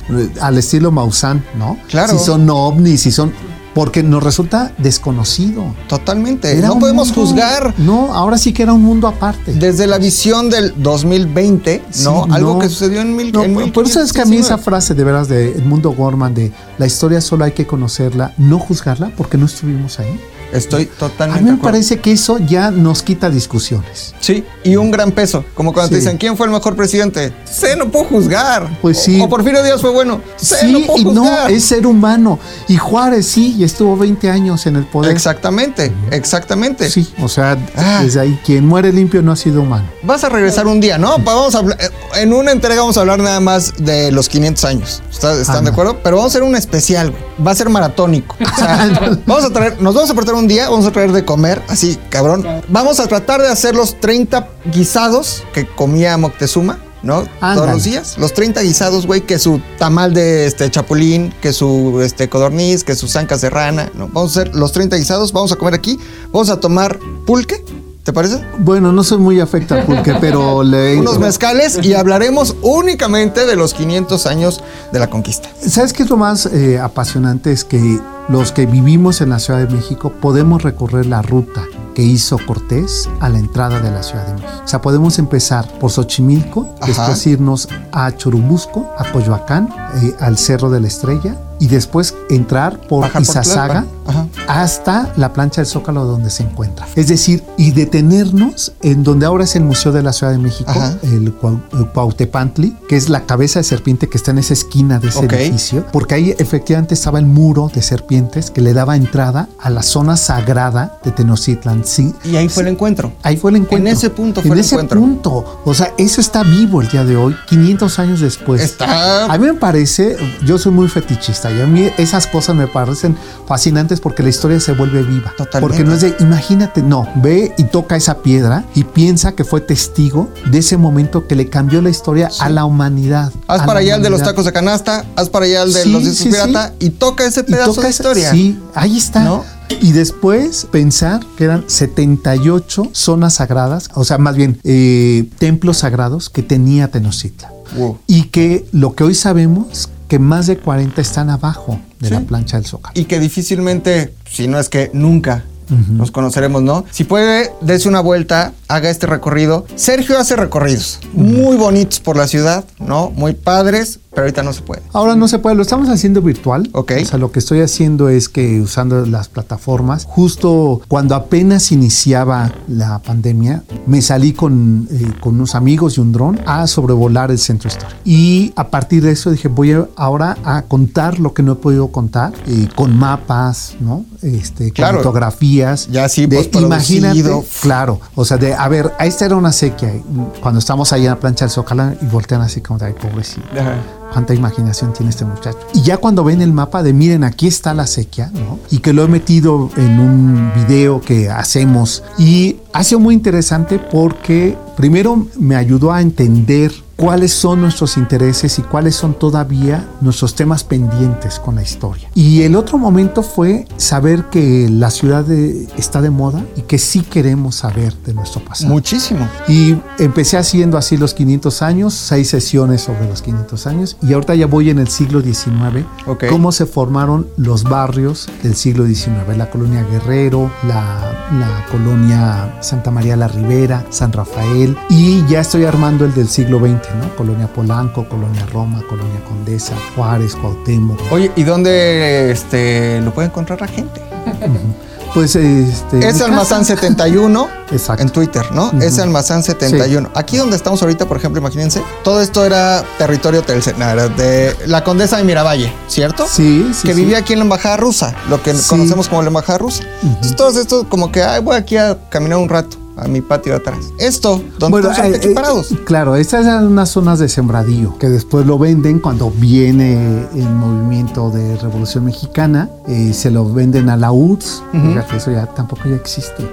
Speaker 3: al estilo Maussan, ¿no?
Speaker 2: Claro.
Speaker 3: Si son ovnis, si son... Porque nos resulta desconocido.
Speaker 2: Totalmente.
Speaker 3: Era
Speaker 2: Eh, no
Speaker 3: un
Speaker 2: podemos
Speaker 3: mundo-
Speaker 2: juzgar
Speaker 3: No, ahora sí que era un mundo aparte.
Speaker 2: desde la visión del 2020,
Speaker 3: Sí,
Speaker 2: ¿no? Algo
Speaker 3: no.
Speaker 2: que sucedió en mil.
Speaker 3: No,
Speaker 2: en
Speaker 3: por eso es que a mí esa
Speaker 2: 1519.
Speaker 3: frase de veras de Edmundo Gorman de la historia solo hay que conocerla, no juzgarla porque no estuvimos ahí.
Speaker 2: Estoy
Speaker 3: A
Speaker 2: totalmente.
Speaker 3: mí
Speaker 2: de
Speaker 3: me
Speaker 2: acuerdo.
Speaker 3: parece que eso ya nos quita discusiones.
Speaker 2: Sí, y un gran peso. Como cuando te
Speaker 3: Sí.
Speaker 2: dicen, ¿quién fue el mejor presidente? Se no puedo juzgar.
Speaker 3: Pues sí.
Speaker 2: O, o Porfirio Díaz fue bueno. Se
Speaker 3: Sí,
Speaker 2: no puedo
Speaker 3: y no,
Speaker 2: juzgar.
Speaker 3: es ser humano. Y Juárez sí, y estuvo 20 años en el poder.
Speaker 2: Exactamente, exactamente.
Speaker 3: Sí, o sea,
Speaker 2: Ah.
Speaker 3: desde ahí, quien muere limpio no ha sido humano.
Speaker 2: Vas a regresar un día, ¿no? Pa- Vamos a hablar- en una entrega vamos a hablar nada más de los 500 años. ¿Está- ¿Están
Speaker 3: Ah,
Speaker 2: de
Speaker 3: no.
Speaker 2: acuerdo? Pero vamos a hacer un especial, güey. Va a ser maratónico. O sea, vamos a traer, nos vamos a aportar un día, vamos a traer de comer, así, cabrón. Vamos a tratar de hacer los 30 guisados que comía Moctezuma. ¿No? Todos
Speaker 3: Ándale.
Speaker 2: los días. Los 30 guisados, güey, que su tamal de este chapulín, que su este codorniz, que sus zancas de rana. ¿no? Vamos a hacer los 30 guisados, vamos a comer aquí, vamos a tomar pulque, ¿te parece?
Speaker 3: Bueno, no soy muy afecta al pulque, pero le...
Speaker 2: unos mezcales y hablaremos únicamente de los 500 años de la conquista.
Speaker 3: ¿Sabes qué es lo más eh, apasionante? Es que los que vivimos en la Ciudad de México podemos recorrer la ruta que hizo Cortés a la entrada de la Ciudad de México. O sea, podemos empezar por Xochimilco,
Speaker 2: Ajá.
Speaker 3: después irnos a Churubusco, a Coyoacán, eh, al Cerro de la Estrella y después entrar por
Speaker 2: Bajar por
Speaker 3: Izazaga
Speaker 2: Tlalpan. Ajá.
Speaker 3: hasta la plancha del Zócalo donde se encuentra. Es decir, y detenernos en donde ahora es el Museo de la Ciudad de México,
Speaker 2: Ajá.
Speaker 3: el Cuau- el Cuautepantli, que es la cabeza de serpiente que está en esa esquina de ese
Speaker 2: Ok.
Speaker 3: edificio, porque ahí efectivamente estaba el muro de serpientes que le daba entrada a la zona sagrada de Tenochtitlan. Sí,
Speaker 2: Y ahí fue el encuentro.
Speaker 3: Ahí fue el encuentro.
Speaker 2: En ese punto fue
Speaker 3: En
Speaker 2: el
Speaker 3: ese
Speaker 2: encuentro.
Speaker 3: punto. O sea, eso está vivo el día de hoy, 500 años después.
Speaker 2: Está-
Speaker 3: A mí me parece, yo soy muy fetichista y a mí esas cosas me parecen fascinantes porque la historia se vuelve viva.
Speaker 2: Totalmente.
Speaker 3: Porque no es de, imagínate, no, ve y toca esa piedra y piensa que fue testigo de ese momento que le cambió la historia a la humanidad.
Speaker 2: Haz
Speaker 3: a
Speaker 2: para
Speaker 3: la
Speaker 2: allá el de los
Speaker 3: humanidad.
Speaker 2: tacos de canasta, haz para allá el de
Speaker 3: Sí,
Speaker 2: los discos
Speaker 3: sí,
Speaker 2: pirata y toca ese
Speaker 3: Y
Speaker 2: pedazo
Speaker 3: toca
Speaker 2: de
Speaker 3: esa-
Speaker 2: historia.
Speaker 3: Sí, ahí está.
Speaker 2: ¿No?
Speaker 3: Y después pensar que eran 78 zonas sagradas, o sea, más bien eh, templos sagrados que tenía Tenochtitlan.
Speaker 2: Wow.
Speaker 3: Y que lo que hoy sabemos, que más de 40 están abajo de la
Speaker 2: Sí.
Speaker 3: plancha del Zócalo.
Speaker 2: Y que difícilmente, si no es que nunca, nos conoceremos, ¿no? Si puede, dése una vuelta, haga este recorrido. Sergio hace recorridos muy bonitos por la ciudad, ¿no? Muy padres, pero ahorita no se puede.
Speaker 3: Ahora no se puede, lo estamos haciendo virtual.
Speaker 2: Ok.
Speaker 3: O sea, lo que estoy haciendo es que usando las plataformas, justo cuando apenas iniciaba la pandemia, me salí con, eh, con unos amigos y un dron a sobrevolar el centro histórico. Y a partir de eso dije, voy a- ahora a contar lo que no he podido contar eh, con mapas, ¿no? Este, con
Speaker 2: Claro.
Speaker 3: fotografías.
Speaker 2: Ya sí,
Speaker 3: de,
Speaker 2: postproducido.
Speaker 3: imagínate, Claro, o sea, de, a ver, esta era una sequía. y Cuando estamos ahí en la plancha del Zócalo y voltean así como de, ay, pobrecito. Cuánta imaginación tiene este muchacho. Y ya cuando ven el mapa de, miren, aquí está la sequía, ¿no? Y que lo he metido en un video que hacemos. Y ha sido muy interesante porque primero me ayudó a entender cuáles son nuestros intereses y cuáles son todavía nuestros temas pendientes con la historia. Y el otro momento fue saber que la ciudad de- está de moda y que sí queremos saber de nuestro pasado.
Speaker 2: Muchísimo.
Speaker 3: Y empecé haciendo así los 500 años, seis sesiones sobre los 500 años, y ahorita ya voy en el siglo XIX,
Speaker 2: Ok.
Speaker 3: cómo se formaron los barrios del siglo XIX, la colonia Guerrero, la, la colonia Santa María la Ribera, San Rafael, y ya estoy armando el del siglo XX, ¿no? Colonia Polanco, colonia Roma, colonia Condesa, Juárez, Cuauhtémoc.
Speaker 2: Oye, ¿y dónde este, lo puede encontrar la gente?
Speaker 3: Pues este... mi
Speaker 2: Es
Speaker 3: casa.
Speaker 2: Almazán 71
Speaker 3: Exacto.
Speaker 2: en Twitter, ¿no? Es
Speaker 3: Ujú.
Speaker 2: Almazán 71. Aquí donde estamos ahorita, por ejemplo, imagínense, todo esto era territorio telce- no, era de la condesa de Miravalle, ¿cierto?
Speaker 3: Sí, sí.
Speaker 2: que
Speaker 3: sí.
Speaker 2: vivía aquí en la embajada rusa, lo que
Speaker 3: Sí.
Speaker 2: conocemos como la embajada rusa. Entonces, todo esto como que, ay, voy aquí a caminar un rato a mi patio de atrás. Esto, donde
Speaker 3: Bueno,
Speaker 2: estamos
Speaker 3: eh,
Speaker 2: ahorita
Speaker 3: eh,
Speaker 2: equiparados.
Speaker 3: claro, estas eran unas zonas de sembradío que después lo venden cuando viene el movimiento de Revolución Mexicana, eh, se lo venden a la URSS,
Speaker 2: Ujú.
Speaker 3: fíjate, eso ya tampoco ya existe.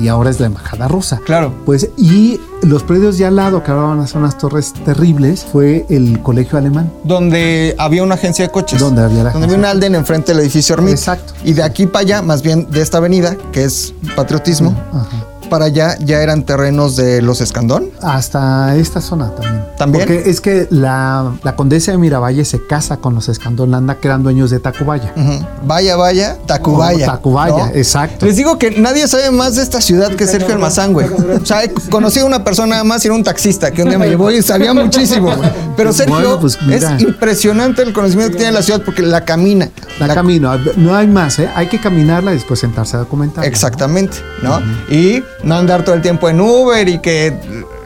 Speaker 3: Y ahora es la embajada rusa.
Speaker 2: Claro.
Speaker 3: Pues, y los predios de al lado, que ahora van a ser unas torres terribles, fue el colegio alemán.
Speaker 2: Donde había una agencia de coches.
Speaker 3: Donde había la
Speaker 2: Donde había
Speaker 3: agencia
Speaker 2: un
Speaker 3: de
Speaker 2: Alden enfrente del edificio Hermit.
Speaker 3: Exacto.
Speaker 2: Y de aquí para allá, más bien de esta avenida, que es patriotismo,
Speaker 3: Ajá.
Speaker 2: para allá ya eran terrenos de los Escandón.
Speaker 3: Hasta esta zona también.
Speaker 2: ¿También?
Speaker 3: Porque es que la, la condesa de Miravalle se casa con los Escandolanda, que eran dueños de Tacubaya.
Speaker 2: Ujú. Vaya, vaya, Tacubaya.
Speaker 3: Como Oh, Tacubaya,
Speaker 2: ¿no?
Speaker 3: exacto.
Speaker 2: Les digo que nadie sabe más de esta ciudad que Sergio Almazán, güey. O sea, he conocido a una persona más y era un taxista que un día me llevó y sabía muchísimo, güey. Pero Sergio,
Speaker 3: Bueno, pues,
Speaker 2: es
Speaker 3: mira.
Speaker 2: impresionante el conocimiento que tiene la ciudad porque la camina.
Speaker 3: La, camino, no hay más, ¿eh? hay que caminarla y después sentarse a documentar.
Speaker 2: Exactamente, ¿no? Y no andar todo el tiempo en Uber y que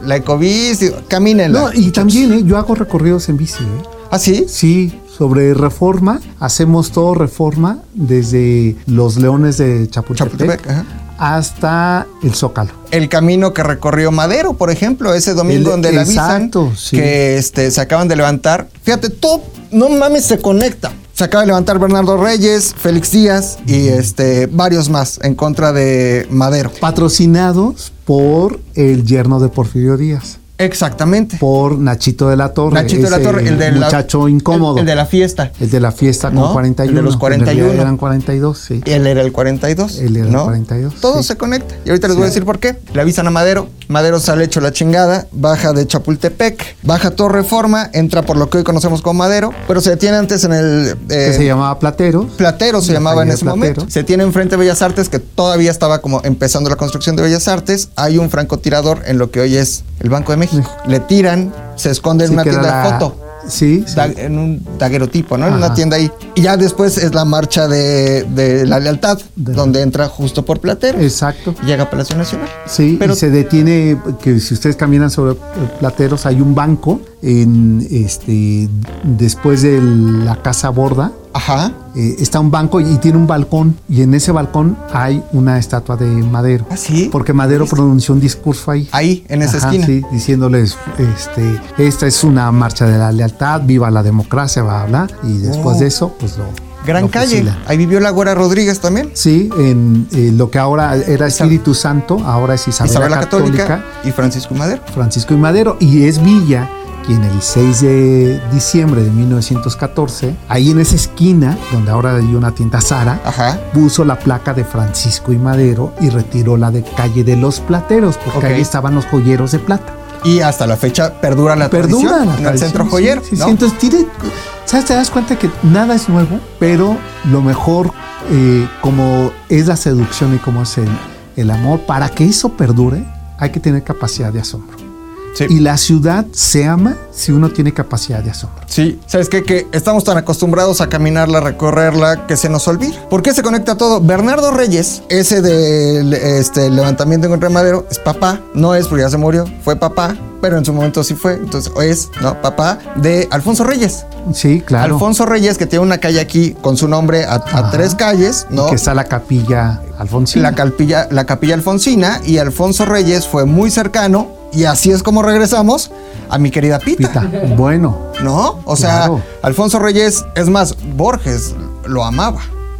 Speaker 2: la ecobici, camínenla.
Speaker 3: No, y también ¿eh? yo hago recorridos en bici. ¿eh?
Speaker 2: ¿Ah, sí?
Speaker 3: Sí, sobre reforma, hacemos todo reforma desde los leones de Chapultepec,
Speaker 2: Chapultepec, ajá.
Speaker 3: hasta el Zócalo.
Speaker 2: el camino que recorrió Madero, por ejemplo, ese domingo
Speaker 3: El-
Speaker 2: donde le avisan
Speaker 3: exacto, sí.
Speaker 2: que este, se acaban de levantar. Fíjate, todo, no mames, se conecta. Se acaba de levantar Bernardo Reyes, Félix Díaz y este, varios más en contra de Madero.
Speaker 3: Patrocinados por el yerno de Porfirio Díaz,
Speaker 2: Exactamente.
Speaker 3: por Nachito de la Torre.
Speaker 2: Nachito de la
Speaker 3: ese
Speaker 2: Torre, el de la-
Speaker 3: muchacho incómodo.
Speaker 2: el- el de la fiesta.
Speaker 3: El de la fiesta con
Speaker 2: ¿No?
Speaker 3: 41.
Speaker 2: El de los
Speaker 3: en realidad
Speaker 2: 41.
Speaker 3: Eran 42, sí.
Speaker 2: Él era el 42.
Speaker 3: Él era el
Speaker 2: ¿no?
Speaker 3: 42,
Speaker 2: Todo
Speaker 3: sí.
Speaker 2: se conecta. Y ahorita les voy a decir por qué. Le avisan a Madero. Madero sale hecho la chingada. Baja de Chapultepec. Baja Torre Reforma. Entra por lo que hoy conocemos como Madero. Pero se detiene antes en el. eh,
Speaker 3: que se llamaba Plateros.
Speaker 2: Platero se llamaba en
Speaker 3: calle
Speaker 2: ese
Speaker 3: Platero.
Speaker 2: momento. Se tiene enfrente Bellas Artes, que todavía estaba como empezando la construcción de Bellas Artes. Hay un francotirador en lo que hoy es el Banco de México. Le tiran, se esconde en
Speaker 3: Sí,
Speaker 2: una
Speaker 3: que era
Speaker 2: tienda de
Speaker 3: la-
Speaker 2: foto.
Speaker 3: Sí, sí.
Speaker 2: da- En un daguerotipo, ¿no? En una
Speaker 3: Ajá.
Speaker 2: tienda ahí. Y ya después es la marcha de, de la lealtad,
Speaker 3: De-
Speaker 2: donde entra justo por Platero.
Speaker 3: Exacto.
Speaker 2: y Llega a Palacio Nacional.
Speaker 3: Sí,
Speaker 2: Pero-
Speaker 3: y se detiene, que si ustedes caminan sobre eh, plateros, hay un banco en este después de la casa borda.
Speaker 2: Ajá.
Speaker 3: eh, está un banco y tiene un balcón, y en ese balcón hay una estatua de Madero.
Speaker 2: ¿Ah, sí?
Speaker 3: Porque Madero pronunció un discurso ahí.
Speaker 2: Ahí, en esa
Speaker 3: Ajá,
Speaker 2: esquina.
Speaker 3: sí, diciéndoles, este, esta es una marcha de la lealtad, viva la democracia, va a hablar. Y después
Speaker 2: Oh.
Speaker 3: de eso, pues lo.
Speaker 2: Gran
Speaker 3: lo
Speaker 2: calle.
Speaker 3: fusilan.
Speaker 2: Ahí vivió la Güera Rodríguez también.
Speaker 3: Sí, en eh, lo que ahora era Espíritu Santo, ahora es Isabel,
Speaker 2: Isabel la
Speaker 3: Católica,
Speaker 2: Católica y Francisco Madero.
Speaker 3: Francisco y Madero, y es Villa quien el 6 de diciembre de 1914, ahí en esa esquina, donde ahora hay una tienda Sara,
Speaker 2: Ajá.
Speaker 3: puso la placa de Francisco y Madero y retiró la de calle de los plateros, porque
Speaker 2: Ok.
Speaker 3: ahí estaban los joyeros de plata.
Speaker 2: Y hasta la fecha perdura la
Speaker 3: Perdura
Speaker 2: tradición
Speaker 3: la
Speaker 2: en el
Speaker 3: tradición,
Speaker 2: centro
Speaker 3: sí,
Speaker 2: joyero.
Speaker 3: sí, sí.
Speaker 2: ¿no?
Speaker 3: Entonces, tiene- ¿sabes? Te das cuenta que nada es nuevo, pero lo mejor, eh, como es la seducción y como es el, el amor, para que eso perdure, hay que tener capacidad de asombro.
Speaker 2: Sí.
Speaker 3: Y la ciudad se ama si uno tiene capacidad de asombro.
Speaker 2: Sí, ¿sabes qué? Que estamos tan acostumbrados a caminarla, a recorrerla, que se nos olvida. ¿Por qué se conecta todo? Bernardo Reyes, ese del este, levantamiento contra Madero, es papá. No es porque ya se murió, fue papá, pero en su momento sí fue. Entonces, o es, ¿no? Papá de Alfonso Reyes.
Speaker 3: Sí, claro.
Speaker 2: Alfonso Reyes, que tiene una calle aquí con su nombre a, a
Speaker 3: Ajá.
Speaker 2: tres calles, ¿no?
Speaker 3: Que está la capilla Alfonsina.
Speaker 2: la, calpilla- la capilla alfonsina y Alfonso Reyes fue muy cercano y así es como regresamos a mi querida Pita,
Speaker 3: Pita. Bueno,
Speaker 2: ¿no? O sea,
Speaker 3: Claro.
Speaker 2: Alfonso Reyes, es más, Borges lo amaba,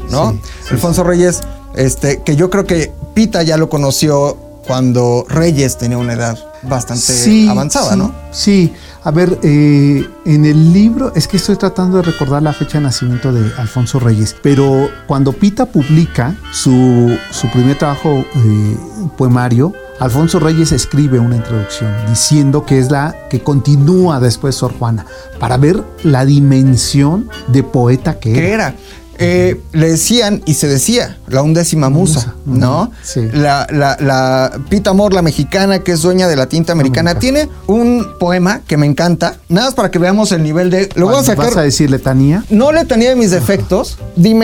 Speaker 2: ¿no?
Speaker 3: Sí, sí,
Speaker 2: Alfonso Reyes, este, que yo creo que Pita ya lo conoció cuando Reyes tenía una edad bastante
Speaker 3: Sí,
Speaker 2: avanzada,
Speaker 3: sí,
Speaker 2: ¿no?
Speaker 3: Sí, a ver, eh, en el libro, es que estoy tratando de recordar la fecha de nacimiento de Alfonso Reyes, pero cuando Pita publica su, su primer trabajo eh, poemario, Alfonso Reyes escribe una introducción diciendo que es la que continúa después Sor Juana, para ver la dimensión de poeta que
Speaker 2: ¿Qué
Speaker 3: era.
Speaker 2: era? Eh, le decían y se decía la undécima musa,
Speaker 3: Musa, ujú,
Speaker 2: ¿no?
Speaker 3: sí.
Speaker 2: La, la- la Pita Amor, la mexicana, que es dueña de la tinta americana, tiene un poema que me encanta. Nada más para que veamos el nivel de. Lo voy a sacar.
Speaker 3: ¿Vas a decir letanía?
Speaker 2: No le tenía mis defectos.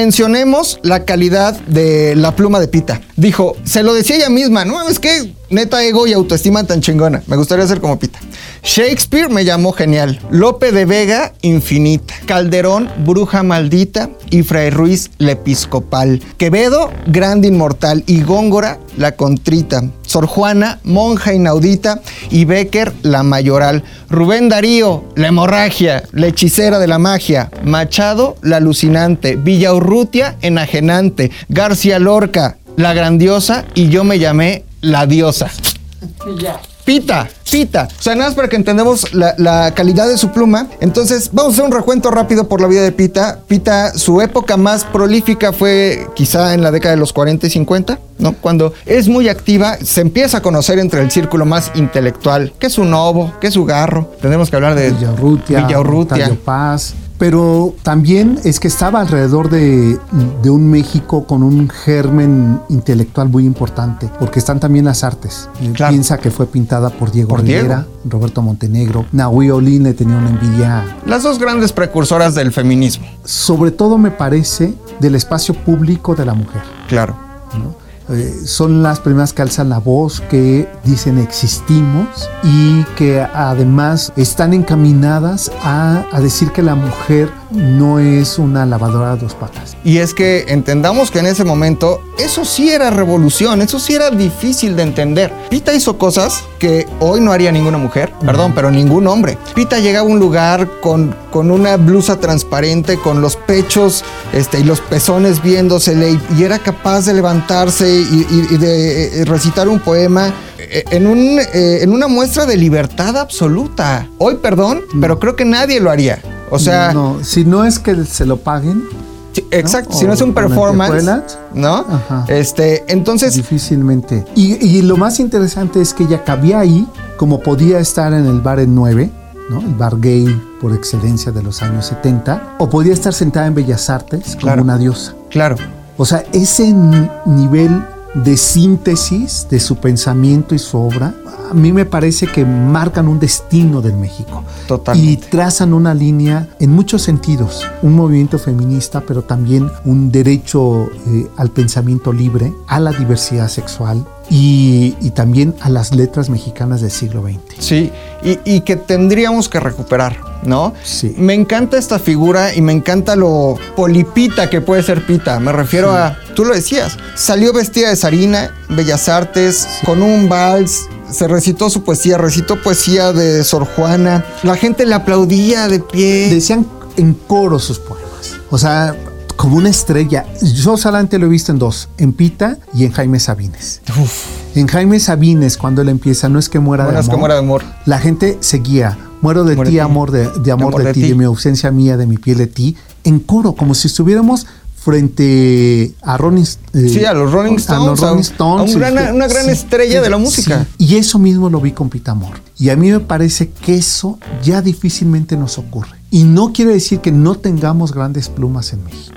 Speaker 2: Dimensionemos la calidad de la pluma de Pita. Dijo, se lo decía ella misma, no es que neta ego y autoestima tan chingona. Me gustaría ser como Pita. Shakespeare me llamó genial. Lope de Vega, infinita. Calderón, bruja maldita. Y Fray Ruiz, la episcopal. Quevedo, grande inmortal. Y Góngora, la contrita. Sor Juana, monja inaudita. Y Becker, la mayoral. Rubén Darío, la hemorragia, la hechicera de la magia. Machado, la alucinante. Villaurrutia, enajenante. García Lorca, la grandiosa. Y yo me llamé la diosa.
Speaker 4: Y ya.
Speaker 2: Pita, pita. O sea, nada más para que entendamos la, la calidad de su pluma. Entonces, vamos a hacer un recuento rápido por la vida de Pita. Pita, su época más prolífica fue quizá en la década de los 40 y 50. ¿no? Cuando es muy activa, se empieza a conocer entre el círculo más intelectual, que es su novo, que es su garro. Tendremos que hablar de
Speaker 3: Villaurrutia,
Speaker 2: Villaurrutia.
Speaker 3: Octavio Paz. Pero también es que estaba alrededor de, de un México con un germen intelectual muy importante, porque están también las artes. Eh,
Speaker 2: Claro.
Speaker 3: Piensa que fue pintada por Diego
Speaker 2: Por Diego.
Speaker 3: Rivera, Roberto Montenegro. Nahui Olin le tenía una envidia
Speaker 2: Las dos grandes precursoras del feminismo,
Speaker 3: sobre todo me parece, del espacio público de la mujer.
Speaker 2: claro.
Speaker 3: ¿no? Eh, son las primeras que alzan la voz, que dicen existimos y que además están encaminadas a, a decir que la mujer no es una lavadora de dos patas.
Speaker 2: Y es que entendamos que en ese momento eso sí era revolución, eso sí era difícil de entender. Pita hizo cosas que hoy no haría ninguna mujer, perdón, pero ningún hombre. Pita llegaba a un lugar con, con una blusa transparente, con los pechos este, y los pezones viéndosele y, y era capaz de levantarse y, y- y de eh, recitar un poema eh, en, un, eh, en una muestra de libertad absoluta. Hoy, perdón, pero creo que nadie lo haría. O sea,
Speaker 3: No, si no es que se lo paguen,
Speaker 2: Sí, exacto,
Speaker 3: ¿no?
Speaker 2: si no es
Speaker 3: O
Speaker 2: un
Speaker 3: con
Speaker 2: performance,
Speaker 3: antejuelas.
Speaker 2: ¿no?
Speaker 3: Ajá.
Speaker 2: Este, entonces,
Speaker 3: difícilmente. Y, y lo más interesante es que ella cabía ahí, como podía estar en el bar en 9, ¿no? el bar gay por excelencia de los años 70, o podía estar sentada en Bellas Artes
Speaker 2: Claro.
Speaker 3: como una diosa.
Speaker 2: claro,
Speaker 3: O sea, ese n- nivel de síntesis de su pensamiento y su obra, a mí me parece que marcan un destino del México.
Speaker 2: Totalmente.
Speaker 3: Y trazan una línea en muchos sentidos, un movimiento feminista, pero también un derecho eh, al pensamiento libre, a la diversidad sexual y, y también a las letras mexicanas del siglo XX.
Speaker 2: sí, y, y que tendríamos que recuperar, ¿no?
Speaker 3: Sí.
Speaker 2: Me encanta esta figura y me encanta lo polipita que puede ser Pita. Me refiero a, tú lo decías, salió vestida de zarina, bellas artes, con un vals. Se recitó su poesía, recitó poesía de Sor Juana. La gente le aplaudía de pie.
Speaker 3: decían en coro sus poemas. O sea, como una estrella. Yo solamente lo he visto en dos, en Pita y en Jaime Sabines. En Jaime Sabines, cuando él empieza, no es que muera
Speaker 2: Bueno,
Speaker 3: de
Speaker 2: es que
Speaker 3: amor.
Speaker 2: muera de amor.
Speaker 3: La gente seguía, muero de
Speaker 2: Muero
Speaker 3: ti,
Speaker 2: de ti.
Speaker 3: amor de, de amor de, ti, de mi ausencia mía, de mi piel de ti, en coro, como si estuviéramos frente a Rolling eh,
Speaker 2: Sí, a los Rolling
Speaker 3: a los
Speaker 2: Stones, a-
Speaker 3: Rolling
Speaker 2: a un
Speaker 3: Stones, este,
Speaker 2: gran- una gran estrella de la música.
Speaker 3: y eso mismo lo vi con Pitamor. Y a mí me parece que eso ya difícilmente nos ocurre. Y no quiere decir que no tengamos grandes plumas en México,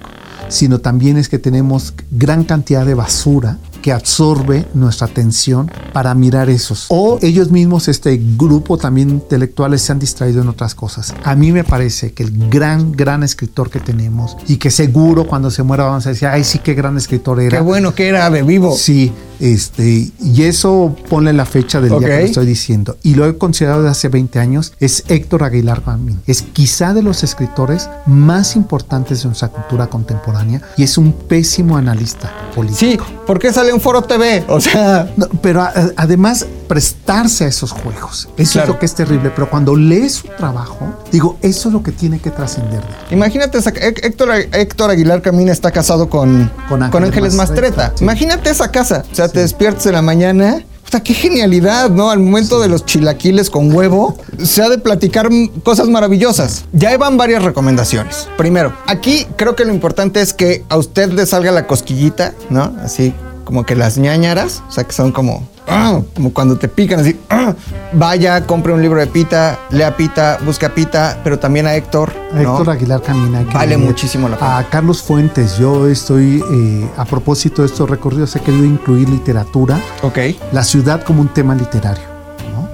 Speaker 3: sino también es que tenemos gran cantidad de basura que absorbe nuestra atención para mirar esos. O ellos mismos, este grupo también intelectuales, se han distraído en otras cosas. A mí me parece que el gran, gran escritor que tenemos y que seguro cuando se muera vamos a decir, ay, sí, qué gran escritor era.
Speaker 2: Qué bueno que era de vivo.
Speaker 3: Sí, este, y eso ponle la fecha del día que
Speaker 2: Ok.
Speaker 3: lo estoy diciendo. Y lo he considerado de hace 20 años, es Héctor Aguilar Camín. Es quizá de los escritores más importantes de nuestra cultura contemporánea y es un pésimo analista político.
Speaker 2: Sí, ¿por qué sale en Foro TV? O sea,
Speaker 3: No, pero a- a- además prestarse a esos juegos, eso es
Speaker 2: Claro.
Speaker 3: lo que es terrible, pero cuando lees su trabajo, digo, eso es lo que tiene que trascender de él.
Speaker 2: Imagínate, esa- Hé- Héctor, Héctor Aguilar Camina está casado con,
Speaker 3: Con
Speaker 2: con
Speaker 3: Ángeles
Speaker 2: Ángeles,
Speaker 3: Mastretta,
Speaker 2: Mastretta.
Speaker 3: sí.
Speaker 2: Imagínate esa casa. O sea, te despiertas en la mañana. O sea, qué genialidad, ¿no? Al momento de los chilaquiles con huevo, se ha de platicar m- cosas maravillosas. Ya van varias recomendaciones. Primero, aquí creo que lo importante es que a usted le salga la cosquillita, ¿no? Así como que las ñañaras, o sea, que son como ¡ah! como cuando te pican así. ¡ah! Vaya, compre un libro de Pita, lea Pita, busca a Pita, pero también a Héctor.
Speaker 3: A
Speaker 2: ¿no?
Speaker 3: Héctor Aguilar Camina. hay que
Speaker 2: Vale
Speaker 3: leer.
Speaker 2: muchísimo la pena.
Speaker 3: A Carlos Fuentes, yo estoy, eh, a propósito de estos recorridos, he querido incluir literatura,
Speaker 2: Ok.
Speaker 3: la ciudad como un tema literario.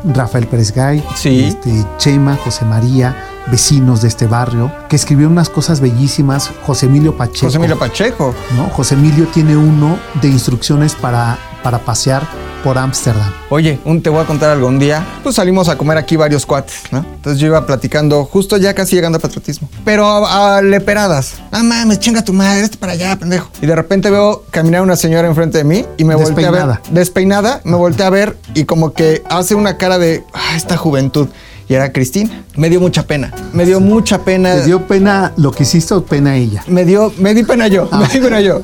Speaker 3: ¿no? Rafael Pérez Gay,
Speaker 2: Sí.
Speaker 3: este, Chema, José María, vecinos de este barrio, que escribieron unas cosas bellísimas. José Emilio Pacheco.
Speaker 2: José Emilio Pacheco.
Speaker 3: ¿no? José Emilio tiene uno de instrucciones para, para pasear por Ámsterdam.
Speaker 2: Oye, un te voy a contar algún día. Pues salimos a comer aquí varios cuates, ¿no? Entonces yo iba platicando, justo ya casi llegando a patriotismo. Pero a, a leperadas. Ah, mames, chinga tu madre, este para allá, pendejo. Y de repente veo caminar una señora enfrente de mí y me volteé a ver.
Speaker 3: Despeinada.
Speaker 2: Despeinada, me volteé a ver y como que hace una cara de, ah, esta juventud. Y era Cristina. Me dio mucha pena. Me dio mucha pena.
Speaker 3: ¿Te dio pena lo que hiciste o pena ella?
Speaker 2: Me dio, me di pena yo, me di pena yo.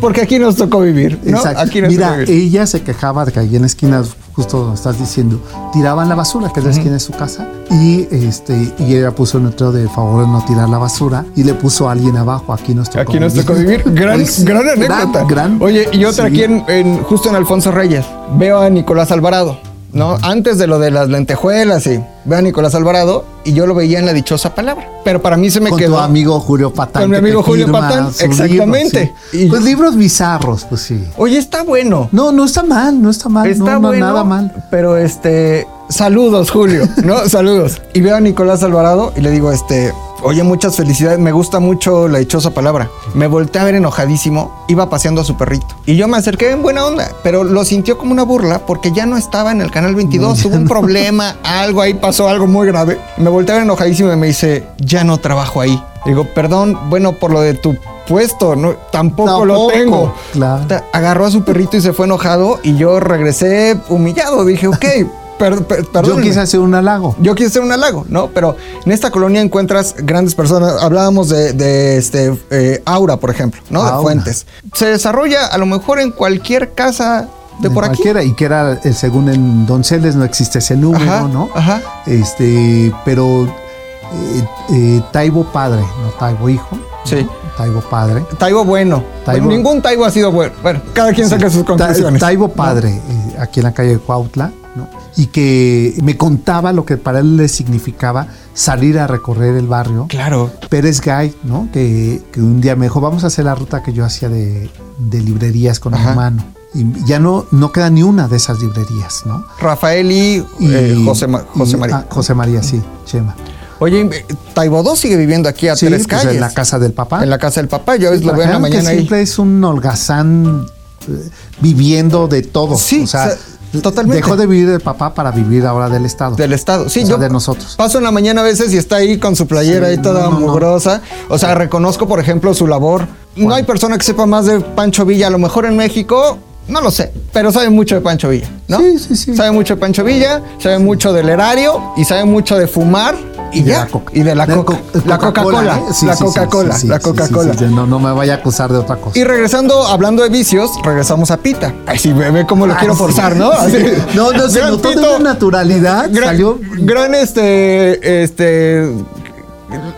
Speaker 2: Porque aquí nos tocó vivir, ¿no?
Speaker 3: Ah. Exacto.
Speaker 2: Aquí nos
Speaker 3: Mira,
Speaker 2: tocó vivir.
Speaker 3: ella se quejaba de que ahí en la esquina justo donde estás diciendo, tiraban la basura, que es la esquina de su casa, y, este, y ella puso el letrero de favor de no tirar la basura, y le puso a alguien abajo, aquí nos tocó
Speaker 2: Aquí nos
Speaker 3: vivir".
Speaker 2: tocó vivir. Gran,
Speaker 3: Oye, Pues sí,
Speaker 2: gran anécdota.
Speaker 3: gran-
Speaker 2: Oye, y otra
Speaker 3: sí.
Speaker 2: aquí en, en- justo en Alfonso Reyes. Veo a Nicolás Alvarado, ¿no? Antes de lo de las lentejuelas y veo a Nicolás Alvarado y yo lo veía en la dichosa palabra. Pero para mí se me
Speaker 3: con
Speaker 2: quedó.
Speaker 3: tu amigo Julio Patán.
Speaker 2: Con mi
Speaker 3: que te
Speaker 2: amigo Julio
Speaker 3: firma
Speaker 2: Patán,
Speaker 3: sus
Speaker 2: exactamente.
Speaker 3: libros, sí.
Speaker 2: Y-
Speaker 3: Pues libros bizarros, pues sí.
Speaker 2: Oye, está bueno.
Speaker 3: No, no está mal, no está mal,
Speaker 2: Está
Speaker 3: no, no,
Speaker 2: bueno,
Speaker 3: nada mal.
Speaker 2: Pero este, saludos, Julio, ¿no? saludos. Y veo a Nicolás Alvarado y le digo, este, oye, muchas felicidades, me gusta mucho la dichosa palabra. Me volteé a ver enojadísimo, iba paseando a su perrito. Y yo me acerqué en buena onda, pero lo sintió como una burla porque ya no estaba en el canal 22, hubo un problema, algo ahí pasó, algo muy grave. Me volteé a ver enojadísimo y me dice, ya no trabajo ahí. Le Digo, perdón, bueno, por lo de tu puesto, no, tampoco lo
Speaker 3: Tampoco,
Speaker 2: tengo.
Speaker 3: claro.
Speaker 2: Ta- agarró a su perrito y se fue enojado y yo regresé humillado. Dije, ok, per- per- perdón.
Speaker 3: Yo quise hacer un halago.
Speaker 2: Yo quise hacer un halago, ¿no? Pero en esta colonia encuentras grandes personas. Hablábamos de, de, este, eh, Aura, por ejemplo, ¿no?
Speaker 3: Aura.
Speaker 2: De Fuentes. Se desarrolla a lo mejor en cualquier casa de, por aquí.
Speaker 3: cualquiera, y que era el según en Donceles no existe ese número,
Speaker 2: Ajá,
Speaker 3: ¿no?
Speaker 2: ajá.
Speaker 3: Este, pero eh, eh, Taibo padre, no Taibo hijo.
Speaker 2: Sí.
Speaker 3: ¿no? Taibo padre.
Speaker 2: Taibo bueno.
Speaker 3: Taibo-
Speaker 2: Ningún Taibo ha sido bueno. Bueno, cada quien saca sus
Speaker 3: Ta-
Speaker 2: conclusiones.
Speaker 3: Taibo padre, eh, aquí en la calle de Cuautla, ¿no? y que me contaba lo que para él le significaba salir a recorrer el barrio.
Speaker 2: Claro.
Speaker 3: Pérez Gay, ¿no? Que, que un día me dijo, vamos a hacer la ruta que yo hacía de, de librerías con mi
Speaker 2: Ajá.
Speaker 3: hermano. Y ya no, no queda ni una de esas librerías, ¿no?
Speaker 2: Rafael y,
Speaker 3: Y-
Speaker 2: eh, José, Ma- José
Speaker 3: y-
Speaker 2: María.
Speaker 3: ah, José María, sí, Chema.
Speaker 2: Oye, eh, Taibo 2 sigue viviendo aquí a
Speaker 3: Sí,
Speaker 2: tres
Speaker 3: pues,
Speaker 2: calles.
Speaker 3: en la casa del papá.
Speaker 2: En la casa del papá, yo a veces
Speaker 3: Sí,
Speaker 2: lo veo en la
Speaker 3: claro, que
Speaker 2: mañana ahí.
Speaker 3: siempre es un holgazán eh, viviendo de todo.
Speaker 2: Sí,
Speaker 3: o sea,
Speaker 2: o sea, totalmente.
Speaker 3: Dejó de vivir del papá para vivir ahora del Estado.
Speaker 2: Del Estado. Sí,
Speaker 3: O sea,
Speaker 2: yo
Speaker 3: de nosotros.
Speaker 2: Paso en la mañana a veces y está ahí con su playera
Speaker 3: Sí,
Speaker 2: ahí toda
Speaker 3: no, no, no.
Speaker 2: mugrosa. O sea, reconozco, por ejemplo, su labor. No hay persona que sepa más de Pancho Villa. A lo mejor en México, no lo sé, pero sabe mucho de Pancho Villa, ¿no?
Speaker 3: Sí, sí, sí.
Speaker 2: Sabe mucho de Pancho Villa, sabe mucho del erario y sabe mucho de fumar. Y,
Speaker 3: Y de
Speaker 2: ya.
Speaker 3: la coca-
Speaker 2: y de la
Speaker 3: de
Speaker 2: coca.
Speaker 3: co-
Speaker 2: La Coca-Cola.
Speaker 3: ¿eh? Sí,
Speaker 2: la
Speaker 3: sí, sí,
Speaker 2: Coca-Cola.
Speaker 3: sí, sí,
Speaker 2: La
Speaker 3: sí, sí,
Speaker 2: Coca-Cola.
Speaker 3: sí, sí, no, no me vaya a acusar de otra cosa.
Speaker 2: Y regresando, hablando de vicios, regresamos a Pita. Ay, sí, ve, ve cómo lo
Speaker 3: Ah,
Speaker 2: quiero
Speaker 3: sí,
Speaker 2: forzar, ¿no?
Speaker 3: sí.
Speaker 2: Así.
Speaker 3: No, no, se
Speaker 2: Gran
Speaker 3: notó de
Speaker 2: Pito,
Speaker 3: una naturalidad.
Speaker 2: gran,
Speaker 3: salió.
Speaker 2: gran, este, este,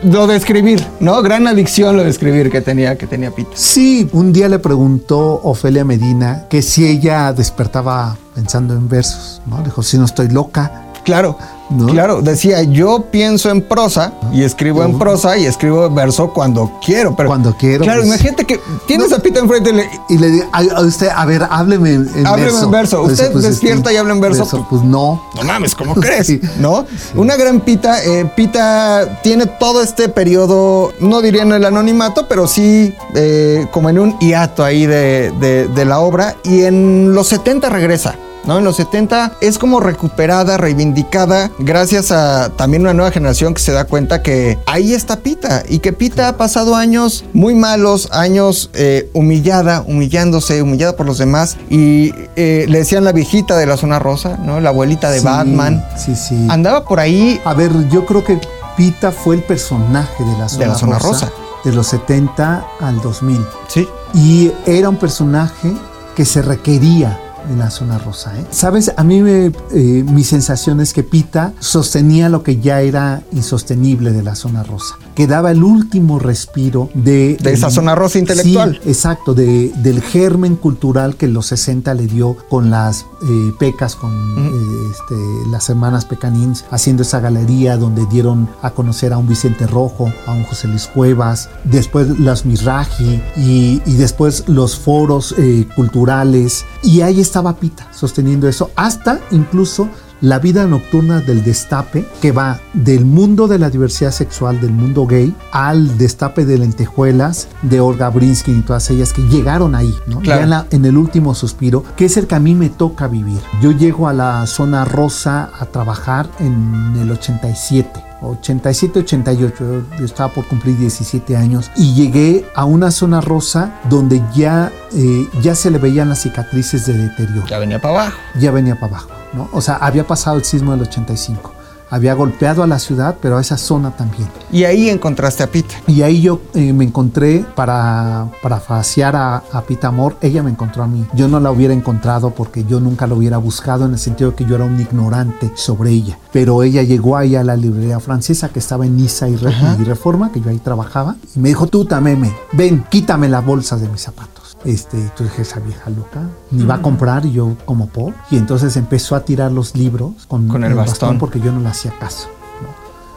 Speaker 2: lo de escribir, ¿no? Gran adicción lo de escribir que tenía, que tenía Pita.
Speaker 3: Sí, un día le preguntó Ofelia Medina que si ella despertaba pensando en versos, ¿no? Le dijo, si no estoy loca.
Speaker 2: Claro,
Speaker 3: ¿No?
Speaker 2: claro, decía, yo pienso en prosa y escribo en prosa y escribo verso cuando quiero, pero
Speaker 3: Cuando quiero,
Speaker 2: Claro,
Speaker 3: pues.
Speaker 2: imagínate que tienes a Pita enfrente y le,
Speaker 3: Y le dije, a, a usted, a ver, hábleme en verso.
Speaker 2: Hábleme en verso.
Speaker 3: Pues,
Speaker 2: Usted
Speaker 3: pues,
Speaker 2: despierta
Speaker 3: este,
Speaker 2: y habla en verso.
Speaker 3: Pues no.
Speaker 2: No mames, ¿cómo crees?
Speaker 3: Sí.
Speaker 2: ¿No? Una gran Pita, eh, Pita tiene todo este periodo, no diría en el anonimato, pero sí eh, como en un hiato ahí de, de- de la obra. Y en los 70 regresa. ¿No? En los 70 es como recuperada, reivindicada, gracias a también una nueva generación que se da cuenta que ahí está Pita y que Pita ha pasado años muy malos, años eh, humillada, humillándose, humillada por los demás y eh, le decían la viejita de la zona rosa, ¿no? La abuelita de
Speaker 3: Sí,
Speaker 2: Batman.
Speaker 3: Sí, sí.
Speaker 2: Andaba por ahí.
Speaker 3: A ver, yo creo que Pita fue el personaje de la zona,
Speaker 2: la Zona Rosa.
Speaker 3: de los 70 al 2000.
Speaker 2: Sí.
Speaker 3: Y era un personaje que se requería en la zona rosa. ¿eh? Sabes, a mí me- eh, mi sensación es que Pita sostenía lo que ya era insostenible de la zona rosa, que daba el último respiro de...
Speaker 2: De esa
Speaker 3: del-
Speaker 2: Zona Rosa intelectual.
Speaker 3: Sí, exacto, de- del germen cultural que en los 60 le dio con las eh, pecas, con eh, este, las hermanas Pecanins, haciendo esa galería donde dieron a conocer a un Vicente Rojo, a un José Luis Cuevas, después las Miraji y, y después los foros eh, culturales. Y ahí estaba Pita sosteniendo eso, hasta incluso la vida nocturna del destape que va del mundo de la diversidad sexual, del mundo gay, al destape de lentejuelas de Olga Brinsky y todas ellas que llegaron ahí, ¿no?
Speaker 2: Claro.
Speaker 3: Ya en, la- en el último suspiro, que es el que a mí me toca vivir. Yo llego a la zona rosa a trabajar en el 87. 87, 88, yo estaba por cumplir 17 años y llegué a una zona rosa donde ya, eh, ya se le veían las cicatrices de deterioro
Speaker 2: Ya venía para abajo.
Speaker 3: ya venía para abajo, ¿no? O sea, había pasado el sismo del 85. había golpeado a la ciudad, pero a esa zona también.
Speaker 2: Y ahí encontraste a Pita.
Speaker 3: Y ahí yo eh, me encontré para, para fasear a, a Pita Amor. Ella me encontró a mí. Yo no la hubiera encontrado porque yo nunca la hubiera buscado en el sentido de que yo era un ignorante sobre ella. Pero ella llegó ahí a la librería francesa que estaba en Niza y, Re- y Reforma, que yo ahí trabajaba. Y me dijo, tú tameme, ven, quítame las bolsas de mis zapatos. Este, y tú dije, esa vieja loca, ni va a comprar, y yo como po. Y entonces empezó a tirar los libros con,
Speaker 2: Con el bastón.
Speaker 3: porque yo no le hacía caso.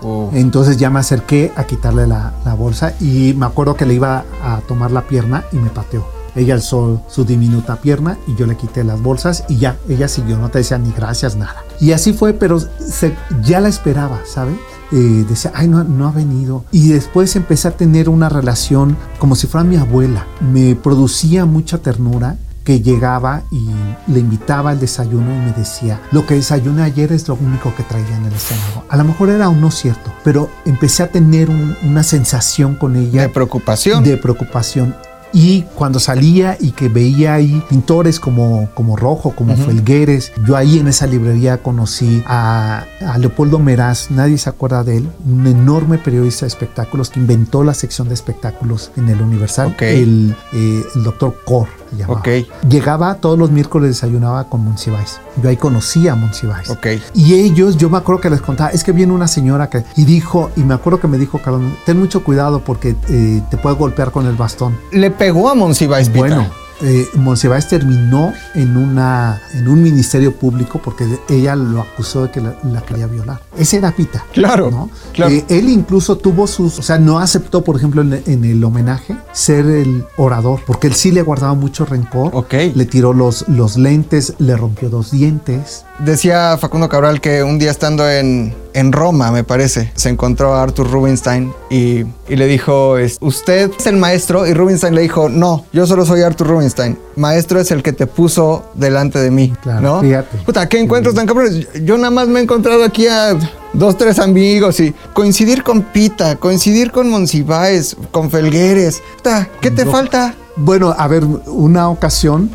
Speaker 2: Eh,
Speaker 3: Entonces ya me acerqué a quitarle la, la bolsa y me acuerdo que le iba a tomar la pierna y me pateó. Ella alzó su diminuta pierna y yo le quité las bolsas y ya, ella siguió, no te decía ni gracias, nada. Y así fue, pero se- ya la esperaba, ¿sabes? Eh, decía, ay, no, no ha venido. Y después empecé a tener una relación como si fuera mi abuela. Me producía mucha ternura que llegaba y le invitaba al desayuno y me decía, lo que desayuné ayer es lo único que traía en el estómago. A lo mejor era o no cierto, pero empecé a tener un- una sensación con ella
Speaker 2: De preocupación.
Speaker 3: de preocupación. Y cuando salía y que veía ahí pintores como, como Rojo, como Felgueres, yo ahí en esa librería conocí a, a Leopoldo Meraz, nadie se acuerda de él, un enorme periodista de espectáculos que inventó la sección de espectáculos en el Universal,
Speaker 2: Ok.
Speaker 3: el, eh, el doctor Cor. se llamaba.
Speaker 2: Ok.
Speaker 3: Llegaba todos los miércoles, desayunaba con Monsiváis. Yo ahí conocí a Monsiváis.
Speaker 2: Ok.
Speaker 3: Y ellos, yo me acuerdo que les contaba, es que viene una señora que, y dijo, y me acuerdo que me dijo, Carlos, ten mucho cuidado porque eh, te puede golpear con el bastón.
Speaker 2: Le pegó a Monsiváis Pita.
Speaker 3: Bueno, eh, Monsiváis terminó en, una, en un ministerio público porque de- ella lo acusó de que la, la quería violar. Ese era Pita.
Speaker 2: Claro,
Speaker 3: ¿no?
Speaker 2: claro.
Speaker 3: Eh, él incluso tuvo sus. O sea, no aceptó, por ejemplo, en, en el homenaje ser el orador porque él sí le guardaba mucho rencor.
Speaker 2: Ok.
Speaker 3: Le tiró los, los lentes, le rompió dos dientes.
Speaker 2: Decía Facundo Cabral que un día estando en, en Roma, me parece, se encontró a Arthur Rubinstein y, y le dijo, es- usted es el maestro y Rubinstein le dijo, no, yo solo soy Arthur Rubinstein. Maestro es el que te puso delante de mí.
Speaker 3: Claro,
Speaker 2: ¿no?
Speaker 3: fíjate.
Speaker 2: Puta, ¿qué encuentros tan cabrones? Yo nada más me he encontrado aquí a dos, tres amigos y coincidir con Pita, coincidir con Monsiváis, con Felgueres. Puta, ¿qué te
Speaker 3: No.
Speaker 2: falta?
Speaker 3: Bueno, a ver, una ocasión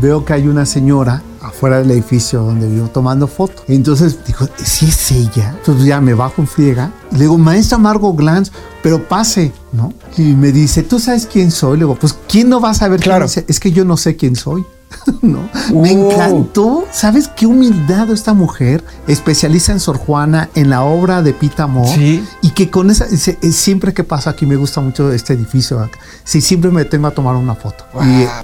Speaker 3: veo que hay una señora afuera del edificio donde vivo tomando fotos. Entonces digo, si es ella. Entonces ya me bajo en friega. Y le digo, maestra Margot Glantz, pero pase, ¿no? Y me dice, ¿tú sabes quién soy? Le digo, pues ¿quién no va a saber quién
Speaker 2: Claro. Uh.
Speaker 3: es? Es que yo no sé quién soy. ¿No? Me
Speaker 2: Wow.
Speaker 3: encantó. ¿Sabes qué humildad esta mujer? Especialista en Sor Juana, en la obra de Pita Moore.
Speaker 2: Sí.
Speaker 3: Y que con esa, se- eh, siempre que paso aquí, me gusta mucho este edificio. acá. Sí, siempre me tengo a tomar una foto.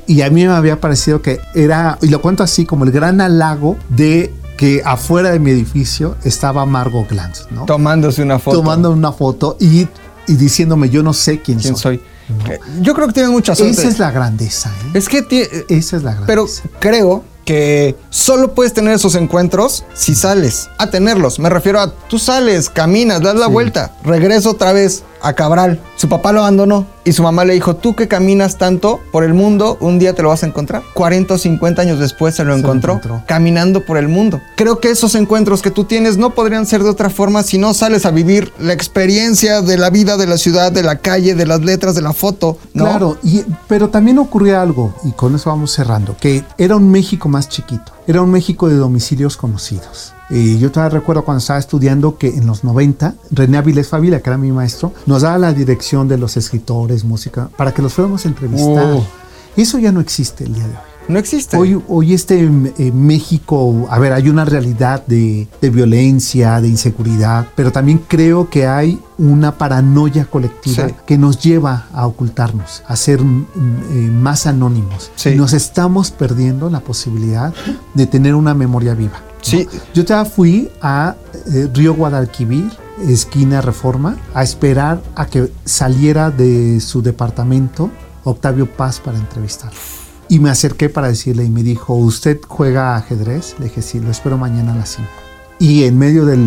Speaker 3: Y, y a mí me había parecido que era, y lo cuento así, como el gran halago de que afuera de mi edificio estaba Margot Glantz, ¿no?
Speaker 2: Tomándose una foto.
Speaker 3: Tomando una foto y, y diciéndome, yo no sé quién,
Speaker 2: ¿Quién
Speaker 3: soy.
Speaker 2: soy? Eh, Yo creo que tienes mucha suerte.
Speaker 3: Esa es la grandeza, ¿eh?
Speaker 2: Es que tie-
Speaker 3: Esa es la grandeza.
Speaker 2: Pero creo que solo puedes tener esos encuentros si sales a tenerlos. Me refiero a tú sales, caminas, das la vuelta, regreso otra vez a Cabral. Su papá lo abandonó y su mamá le dijo, tú que caminas tanto por el mundo, un día te lo vas a encontrar. 40 o 50 años después se lo,
Speaker 3: Se lo
Speaker 2: encontró,
Speaker 3: encontró.
Speaker 2: caminando por el mundo. Creo que esos encuentros que tú tienes no podrían ser de otra forma si no sales a vivir la experiencia de la vida, de la ciudad, de la calle, de las letras, de la foto. ¿no?
Speaker 3: Claro, y, pero también ocurría algo, y con eso vamos cerrando, que era un México más chiquito, era un México de domicilios conocidos. Y yo todavía recuerdo cuando estaba estudiando que en los 90, René Avilés Favila, que era mi maestro, nos daba la dirección de los escritores, música, para que los fuéramos a entrevistar.
Speaker 2: Oh.
Speaker 3: Eso ya no existe el día de hoy.
Speaker 2: No existe.
Speaker 3: Hoy, hoy este eh, México, a ver, hay una realidad de, de violencia, de inseguridad, pero también creo que hay una paranoia colectiva
Speaker 2: Sí.
Speaker 3: que nos lleva a ocultarnos, a ser mm, eh, más anónimos.
Speaker 2: Sí.
Speaker 3: Y Nos estamos perdiendo la posibilidad de tener una memoria viva. ¿no?
Speaker 2: Sí.
Speaker 3: Yo ya fui a eh, Río Guadalquivir, esquina Reforma, a esperar a que saliera de su departamento Octavio Paz para entrevistarlo. Y me acerqué para decirle y me dijo, ¿usted juega ajedrez? Le dije, sí, lo espero mañana a las 5. Y en medio de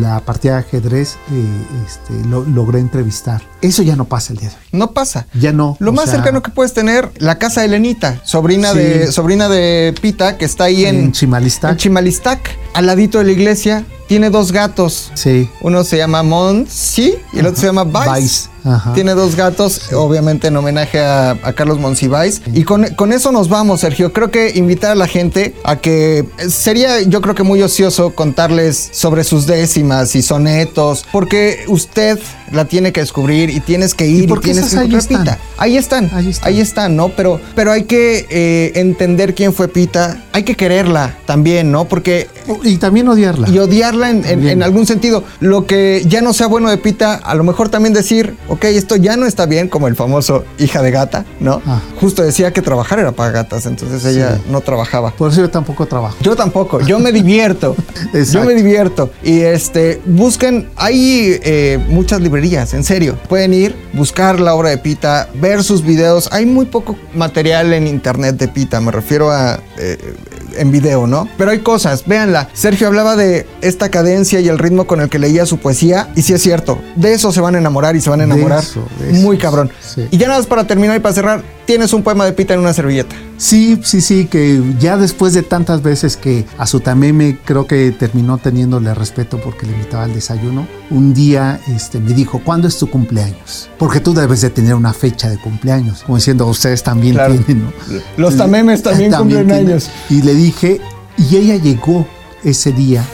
Speaker 3: la partida de ajedrez eh, este, lo, logré entrevistar. Eso ya no pasa el día de hoy.
Speaker 2: No pasa.
Speaker 3: Ya no.
Speaker 2: Lo
Speaker 3: o
Speaker 2: más
Speaker 3: sea,
Speaker 2: cercano que puedes tener, la casa de Lenita, sobrina,
Speaker 3: Sí.
Speaker 2: de, sobrina de Pita, que está ahí en,
Speaker 3: En Chimalistac.
Speaker 2: en Chimalistac, al ladito de la iglesia. Tiene dos gatos.
Speaker 3: Sí.
Speaker 2: Uno se llama Monsi y el otro se llama Vice.
Speaker 3: Vice. Ajá.
Speaker 2: Tiene dos gatos, obviamente en homenaje a, a Carlos Monsiváis. Y con, con eso nos vamos, Sergio. Creo que invitar a la gente a que eh, sería, yo creo que muy ocioso contarles sobre sus décimas y sonetos, porque usted la tiene que descubrir y tienes que ir y,
Speaker 3: por qué
Speaker 2: tienes
Speaker 3: esas
Speaker 2: que
Speaker 3: ahí
Speaker 2: repita.
Speaker 3: están?
Speaker 2: Ahí están,
Speaker 3: Ahí están.
Speaker 2: ahí están, ¿no? Pero, pero hay que eh, entender quién fue Pita. Hay que quererla también, ¿no? Porque
Speaker 3: Y también odiarla.
Speaker 2: y odiarla en, en-
Speaker 3: Bien.
Speaker 2: en algún sentido. Lo que ya no sea bueno de Pita, a lo mejor también decir, ok, esto ya no está bien, como el famoso hija de gata, ¿no?
Speaker 3: Ah.
Speaker 2: Justo decía que trabajar era para gatas, entonces ella no trabajaba.
Speaker 3: Por eso yo tampoco trabajo.
Speaker 2: Yo tampoco, yo me divierto. yo
Speaker 3: Exacto.
Speaker 2: me divierto. Y este, busquen, hay eh, muchas librerías, en serio. Pueden ir, buscar la obra de Pita, ver sus videos. Hay muy poco material en internet de Pita, me refiero a eh, en video, ¿no? Pero hay cosas, véanla. Sergio hablaba de esta cadencia y el ritmo con el que leía su poesía, y sí es cierto, de eso se van a enamorar y se van a
Speaker 3: De
Speaker 2: enamorar.
Speaker 3: eso, de
Speaker 2: Muy
Speaker 3: eso,
Speaker 2: cabrón.
Speaker 3: sí.
Speaker 2: Y ya nada más para terminar y para cerrar, tienes un poema de Pita en una servilleta.
Speaker 3: Sí, sí, sí, que ya después de tantas veces que a su tameme creo que terminó teniéndole respeto porque le invitaba al desayuno, un día este, me dijo, ¿cuándo es tu cumpleaños? Porque tú debes de tener una fecha de cumpleaños, como diciendo, ustedes también
Speaker 2: Claro.
Speaker 3: tienen, ¿no?
Speaker 2: Los
Speaker 3: Y-
Speaker 2: tamemes también cumplen
Speaker 3: tienen.
Speaker 2: años.
Speaker 3: Y le dije, y ella llegó ese día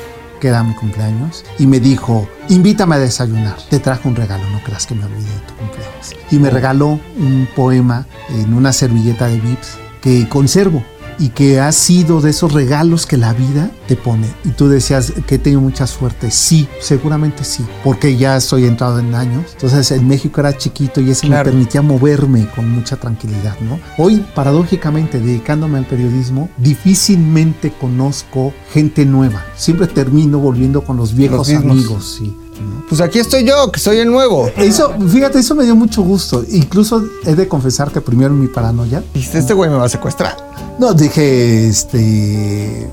Speaker 3: que era mi cumpleaños y me dijo, invítame a desayunar. Te trajo un regalo, no creas que me olvidé de tu cumpleaños. Y me regaló un poema en una servilleta de Vips que conservo y que ha sido de esos regalos que la vida te pone. Y tú decías que he tenido mucha suerte. Sí, seguramente sí, porque ya estoy entrado en años. Entonces en México era chiquito y ese
Speaker 2: Claro.
Speaker 3: me permitía moverme con mucha tranquilidad, ¿no? Hoy, paradójicamente, dedicándome al periodismo, difícilmente conozco gente nueva. Siempre termino volviendo con los viejos
Speaker 2: mismos.
Speaker 3: amigos, sí. ¿no?
Speaker 2: Pues aquí estoy yo, que soy el nuevo.
Speaker 3: Eso, fíjate, eso me dio mucho gusto. Incluso he de confesar que primero en mi paranoia
Speaker 2: Dijiste, este güey me va a secuestrar.
Speaker 3: No, dije, este.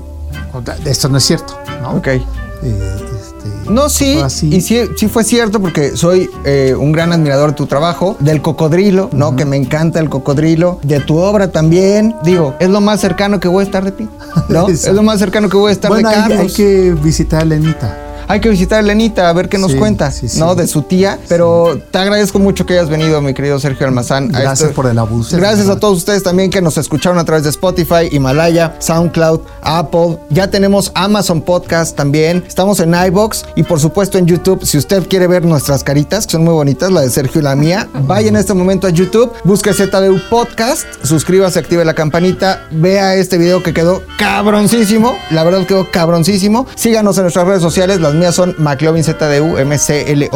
Speaker 3: Esto no es cierto, ¿no?
Speaker 2: Ok.
Speaker 3: Eh, este,
Speaker 2: No, sí,
Speaker 3: fue así.
Speaker 2: y sí, sí fue cierto porque soy eh, un gran admirador de tu trabajo, del cocodrilo, ¿no? Que me encanta el cocodrilo, de tu obra también. Digo, es lo más cercano que voy a estar de ti, ¿no? es
Speaker 3: Exacto.
Speaker 2: lo más cercano que voy a estar
Speaker 3: Bueno,
Speaker 2: de
Speaker 3: hay,
Speaker 2: Carlos.
Speaker 3: hay que visitar a Lenita.
Speaker 2: Hay que visitar a Lenita a ver qué nos
Speaker 3: Sí,
Speaker 2: cuenta,
Speaker 3: sí, sí.
Speaker 2: ¿no? De su tía. Pero te agradezco mucho que hayas venido, mi querido Sergio Almazán. a
Speaker 3: Gracias
Speaker 2: este-
Speaker 3: por el abuso.
Speaker 2: Gracias a todos ustedes también que nos escucharon a través de Spotify, Himalaya, SoundCloud, Apple. Ya tenemos Amazon Podcast también. Estamos en iBox y por supuesto en YouTube. Si usted quiere ver nuestras caritas, que son muy bonitas, la de Sergio y la mía, vaya en este momento a YouTube, busque ZDU Podcast, suscríbase, active la campanita, vea este video que quedó cabroncísimo. La verdad quedó cabroncísimo. Síganos en nuestras redes sociales. Las mías son McLovinZDU,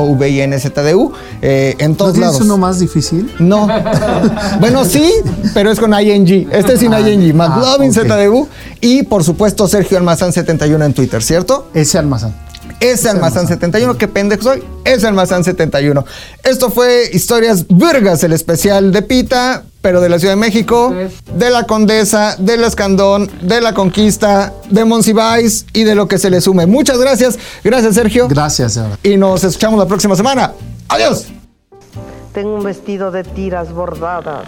Speaker 2: M-C-L-O-V-I-N-Z-D-U. Eh, en
Speaker 3: ¿No
Speaker 2: todos
Speaker 3: tienes
Speaker 2: lados.
Speaker 3: uno más difícil?
Speaker 2: No. bueno, sí, pero es con ING. Este es sin
Speaker 3: Ah,
Speaker 2: ING.
Speaker 3: ah,
Speaker 2: McLovin
Speaker 3: ok.
Speaker 2: ZDU. Y por supuesto, Sergio Almazán 71 en Twitter, ¿cierto?
Speaker 3: Ese almazán.
Speaker 2: Ese Almazán
Speaker 3: Almazán.
Speaker 2: 71, qué pendejo soy. Ese Almazán 71. Esto fue Historias Vergas, el especial de Pita, pero de la Ciudad de México, de la Condesa, del Escandón, de la Conquista, de Monsiváis y de lo que se le sume. Muchas gracias. Gracias, Sergio.
Speaker 3: Gracias, de verdad.
Speaker 2: y nos escuchamos la próxima semana. Adiós.
Speaker 1: Tengo un vestido de tiras bordadas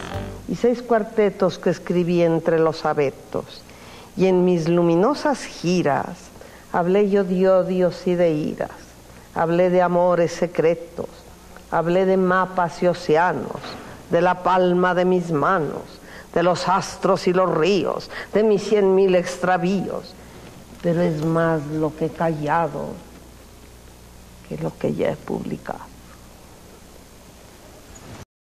Speaker 1: y seis cuartetos que escribí entre los abetos. Y en mis luminosas giras hablé yo de odios y de iras, hablé de amores secretos, hablé de mapas y océanos, de la palma de mis manos, de los astros y los ríos, de mis cien mil extravíos. Pero es más lo que he callado que lo que ya he publicado.